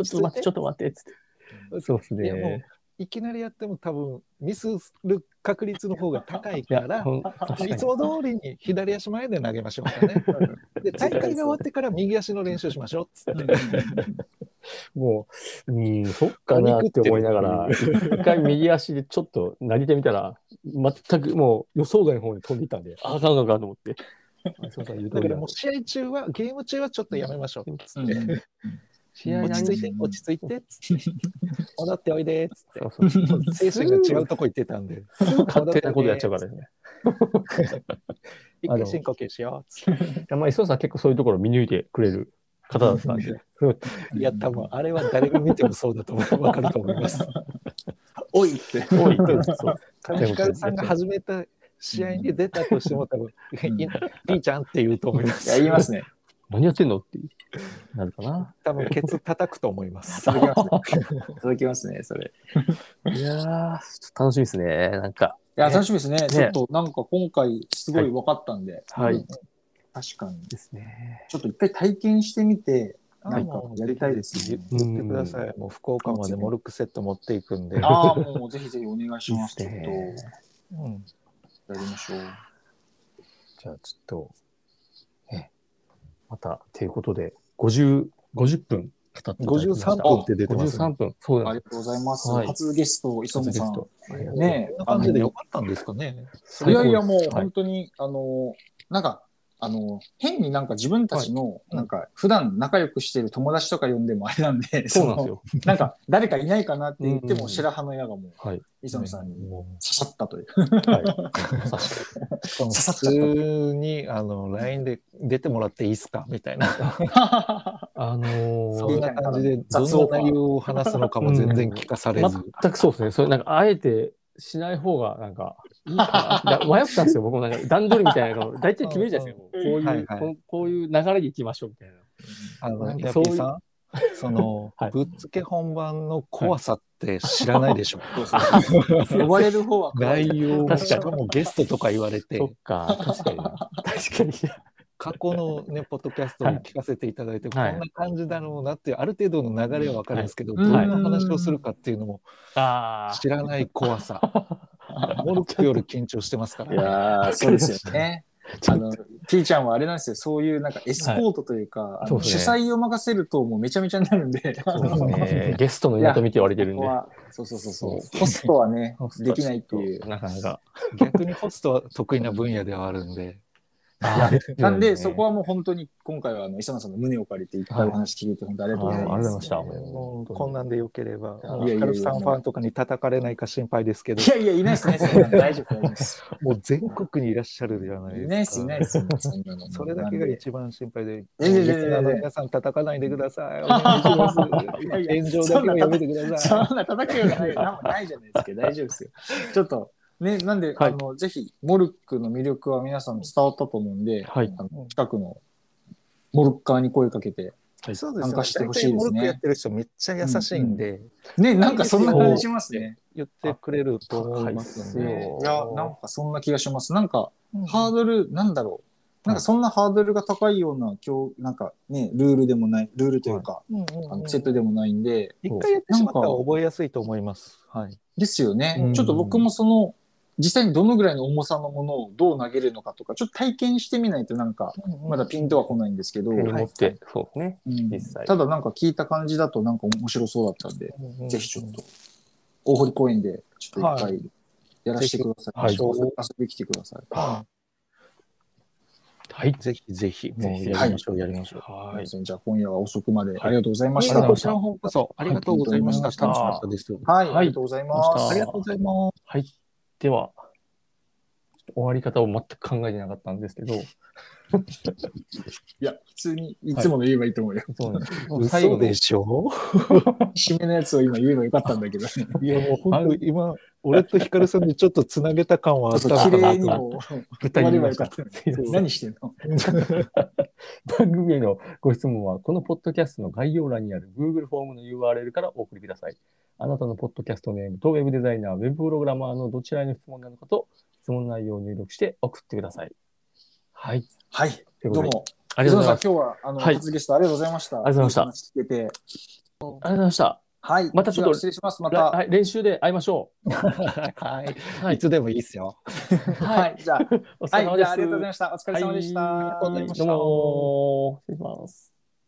Speaker 1: ちょっと待って、ちょっと待って、つって。そうです
Speaker 3: いやもう
Speaker 1: ね。
Speaker 3: いきなりやっても多分ミスする確率の方が高い
Speaker 1: い
Speaker 3: か
Speaker 1: や、
Speaker 3: ら
Speaker 1: ほ、ん確か
Speaker 3: い
Speaker 1: に
Speaker 3: つ。も通りに左足前で投げましょうかね。で、大会が終わってから右足の練習しましょうっつって。
Speaker 1: もう、うん、そっかなって思いながら、一回右足でちょっと投げてみたら、全くもう予想外の方に飛んでいったんで、ああかんあかんあかんと思って。そうそう言う通
Speaker 3: だ
Speaker 1: りだ
Speaker 3: からもう試合中は、ゲーム中はちょっとやめましょうっつって。
Speaker 1: 試合
Speaker 3: 落ち
Speaker 1: 何
Speaker 3: 着い、
Speaker 1: して
Speaker 3: 落ち着いてっつ
Speaker 1: [laughs]
Speaker 3: って。戻っておいでっつって
Speaker 1: そう。そうす
Speaker 3: [laughs] 精神が違うとこ行ってたんで。
Speaker 1: ぐ勝手なことやっちゃうからですね。
Speaker 3: 一回深呼吸しようっつって。
Speaker 1: いや [laughs] まあ、磯野さん結構そういうところを見抜いてくれる方だったん [laughs] で、
Speaker 3: いや、多分あれは誰が見てもそうだと思う。わかると思います。
Speaker 2: [laughs] おいって。
Speaker 1: 多いってそう
Speaker 3: 多分ヒカルさんが始めた試合に出たとしても、多分、
Speaker 2: ん
Speaker 3: いいいちゃんって言うと思いま
Speaker 2: い
Speaker 3: す。
Speaker 2: や、言いますね。
Speaker 1: 何やってんのってなるかな。
Speaker 3: 多分、ケツ叩くと思います。
Speaker 2: 届きますね。届きますね、それ。
Speaker 1: いやー、ちょっと楽しみですね、なんか。
Speaker 2: いや、
Speaker 1: ね
Speaker 2: 楽しみですね。ちょっとなんか今回すごい分かったんで。
Speaker 1: はい
Speaker 2: うん。確かに。
Speaker 1: ですね。
Speaker 2: ちょっと一回体験してみて、
Speaker 3: あ
Speaker 2: なんか
Speaker 3: もう
Speaker 2: やりたいですね。
Speaker 3: 言ってください。もう福岡までモルックセット持っていくんで。
Speaker 2: ああ、もうぜひぜひお願いします。
Speaker 1: い
Speaker 2: ち
Speaker 1: い
Speaker 2: ょ
Speaker 1: っ
Speaker 2: っ
Speaker 1: すね
Speaker 3: うん
Speaker 2: とやりましょう。
Speaker 1: じゃあちょっと、ね、また、ということで、50、50分語っていただきました
Speaker 3: 53分って出てますね
Speaker 1: 53分。そうな
Speaker 2: あ
Speaker 1: ん
Speaker 2: り
Speaker 1: で
Speaker 2: がとうございます。
Speaker 1: はい
Speaker 2: 初ゲスト、
Speaker 1: す。
Speaker 2: 磯野さ
Speaker 1: あ
Speaker 2: ん。
Speaker 1: りがとうござい
Speaker 2: ねえ
Speaker 3: こんな感じでよかったんですかね。
Speaker 1: ます
Speaker 2: いやいや、もう
Speaker 1: はい
Speaker 2: 本当に、あの、なんか、あの、変になんか自分たちの、
Speaker 3: い
Speaker 2: なんか、普段仲良くしてる友達とか呼んでもあれなんで、
Speaker 1: そうなんですよ。
Speaker 2: そのなんか、誰かいないかなって言って
Speaker 1: うん
Speaker 2: も、白羽の矢がも
Speaker 1: はい。
Speaker 2: う、磯野さんに刺
Speaker 1: も
Speaker 2: さったという。
Speaker 1: う、はい。さし
Speaker 3: しかも
Speaker 2: 刺さっ
Speaker 3: 普
Speaker 2: ちゃった
Speaker 3: 通に、あの、LINE で出てもらっていいですかみたいな。
Speaker 1: あの
Speaker 3: そ
Speaker 1: ー
Speaker 3: んな感じで、
Speaker 2: 雑
Speaker 3: どん
Speaker 2: オファ
Speaker 3: な
Speaker 2: ー
Speaker 3: 内容を話すのかも全然聞かされず。
Speaker 1: 全くそうですね。それ、なんか、あえてしない方が、なんか、いいか [laughs] ないや迷ったんですよ。僕もなんか、段取りみたいなの、大体決めるじゃないですか。こういう、
Speaker 3: はいはい
Speaker 1: こんこういう流れでいきましょうみたいな。
Speaker 3: あの、
Speaker 1: なんか
Speaker 3: ヤ
Speaker 1: そ
Speaker 3: ピ
Speaker 1: ういう
Speaker 3: ーさん、その、
Speaker 1: はい
Speaker 3: ぶっつけ本番の怖さって知らないでしょ。
Speaker 2: 呼ばれる方は怖い、
Speaker 3: 内容も、
Speaker 1: 確か
Speaker 3: し
Speaker 1: に
Speaker 3: かもゲストとか言われて
Speaker 1: そ、っか、確かにな。確かに。
Speaker 3: 過去のね、ポッドキャストを聞かせていただいて、こん
Speaker 1: はい
Speaker 3: な感じだろうなっていう、ある程度の流れはわかるんですけど、
Speaker 2: はい
Speaker 3: どんな話をするかっていうのも
Speaker 1: あ
Speaker 3: 知らない怖さ。モルックより緊張してますか
Speaker 2: い
Speaker 3: ら。
Speaker 2: やーそうですよね。
Speaker 1: ちょ
Speaker 2: あ
Speaker 1: っと
Speaker 2: の、T ちゃんはあれなんですよ。そういうなんかエスコートというか、あ
Speaker 1: そう
Speaker 2: の
Speaker 1: です
Speaker 2: 主
Speaker 1: ね
Speaker 2: 催を任せるともうめちゃめちゃになるんで。
Speaker 1: そうですね。ゲストのと見て言われてるん
Speaker 2: ここ
Speaker 1: で。
Speaker 2: はそうそうそうそう。ホストはね、できないっていう。
Speaker 1: なかなか。
Speaker 3: 逆にホストは得意な分野ではあるんで、
Speaker 1: あ
Speaker 2: なんで、そこはもう本当に今回はあの磯野さんの胸を借りていっぱいお話聞いて、本当ありがとうござ
Speaker 1: あ
Speaker 2: い
Speaker 1: ありがとうござい
Speaker 2: ま。
Speaker 1: ますした
Speaker 3: もうこんなんでよければ、
Speaker 2: や
Speaker 3: も
Speaker 2: いや
Speaker 3: う
Speaker 2: いや
Speaker 3: カルフさんファンとかに叩かれないか心配ですけど
Speaker 2: い、やいや、いないですね。そんなの大丈夫、大丈夫です。
Speaker 3: もう全国にいらっしゃるじゃない
Speaker 2: い
Speaker 3: ですか。
Speaker 2: ないです、いないです。そんなの
Speaker 3: それだけが一番心配で、
Speaker 2: ええええええ
Speaker 3: リスナーの皆さん叩かないでください。お願いします。
Speaker 2: いやいや
Speaker 3: [laughs] 炎上だけはやめてく
Speaker 2: [laughs]
Speaker 3: だ
Speaker 2: そ
Speaker 3: さ
Speaker 2: んな叩くようななんもないじゃないですか。大丈夫ですよ。ちょっと、ね、なんで、
Speaker 1: はい
Speaker 2: あの、ぜひ、モルックの魅力は皆さんに伝わったと思うんで、
Speaker 1: はい
Speaker 2: あの近くのモルッカーに声かけて、
Speaker 3: い。そう
Speaker 2: 参加してほしいですね
Speaker 3: モルックやってる人めっちゃ優しいんで、
Speaker 2: ね、なんかそんな感じしますね。
Speaker 3: 言ってくれると思いま
Speaker 1: そ
Speaker 3: す
Speaker 1: う
Speaker 3: ね。
Speaker 2: いや、なんかそんな気がします。なんか、
Speaker 3: うん
Speaker 2: ハードル、なんだろう。なんかそんなハードルが高いような、今日、なんかね、ルールでもない、ルールというか、
Speaker 3: うんうん
Speaker 2: あ
Speaker 3: うん
Speaker 2: のセットでもないんで、
Speaker 3: 一回やってしまったら覚えやすいと思います。はい。
Speaker 2: ですよね。
Speaker 1: うん
Speaker 2: ちょっと僕もその、実際にどのぐらいの重さのものをどう投げるのかとか、ちょっと体験してみないとなんか、まだピントは来ないんですけど、
Speaker 1: 手に持って、そうですね。
Speaker 2: うん
Speaker 1: 実際
Speaker 2: ただなんか聞いた感じだとなんか面白そうだったんで、ぜひちょっと、大堀公園でちょっと一
Speaker 3: は
Speaker 2: 回やらせてください。
Speaker 1: はい
Speaker 2: 遊びに来てください。
Speaker 3: は
Speaker 1: はい。
Speaker 3: ぜひぜひ、もう
Speaker 1: ぜひ
Speaker 3: やりましょう、やりましょう。
Speaker 1: は
Speaker 2: はいい。。じゃあ今夜は遅くまでありがとうございま
Speaker 3: こ
Speaker 2: し
Speaker 3: ち
Speaker 2: た。
Speaker 1: は
Speaker 3: ら
Speaker 1: い
Speaker 3: こそこそ、ありがとうございました。
Speaker 2: はい
Speaker 3: 楽しかったです。
Speaker 2: はい。ありがとうございます。
Speaker 3: ありがとうございます。
Speaker 1: はい。では、ちょっと終わり方を全く考えてなかったんですけど、
Speaker 2: いや、普通にいつもの言えばいいと思うよ。
Speaker 1: そうなんです最後
Speaker 3: 嘘
Speaker 1: の
Speaker 3: でしょ
Speaker 2: 締めのやつを今言えばよかったんだけど、ね、
Speaker 3: いや、もう本当に今、俺とヒカルさんでちょっとつなげた感はあった
Speaker 2: 綺
Speaker 3: のかな
Speaker 2: 麗
Speaker 3: と
Speaker 2: に
Speaker 3: 思っ
Speaker 2: も
Speaker 1: 具
Speaker 2: 終
Speaker 1: 体的
Speaker 2: われ
Speaker 1: に
Speaker 2: ば
Speaker 1: ま
Speaker 2: よ
Speaker 1: し
Speaker 2: か
Speaker 1: た
Speaker 2: ったのに
Speaker 1: すいません
Speaker 2: 何してんの
Speaker 1: 番組へのご質問は、このポッドキャストの概要欄にある Google フォームの URL からお送りください。あなたのポッドキャストネームとウェブデザイナー、ウェブプログラマーのどちらへの質問なのかと、質問内容を入力して送ってください。はい。
Speaker 2: はい。
Speaker 1: というこ
Speaker 2: ど
Speaker 1: と
Speaker 2: う
Speaker 1: で、
Speaker 2: も。
Speaker 1: ありがとうござい
Speaker 2: さん
Speaker 1: ま、す。
Speaker 2: 今日は、あの、
Speaker 1: はい
Speaker 2: 初ゲストありがとうございました。
Speaker 1: ありがとうございま
Speaker 2: した。聞けて。
Speaker 1: ありがとうございました。
Speaker 2: はい。
Speaker 1: またちょっと
Speaker 2: では失礼します。ま
Speaker 1: ら
Speaker 2: た。
Speaker 1: はい、練習で会いましょ
Speaker 2: [laughs]
Speaker 3: た。はい。
Speaker 1: う。はい
Speaker 3: [laughs] い、。つでもいいですよ。
Speaker 1: は。
Speaker 2: はいい。じゃあ、
Speaker 1: お疲
Speaker 2: は
Speaker 1: れ
Speaker 2: い。
Speaker 1: 様
Speaker 2: じ
Speaker 1: で
Speaker 2: ゃ
Speaker 1: す。
Speaker 2: あ、ありがとうございました。お疲れ様でした。
Speaker 1: はいどうも失礼します。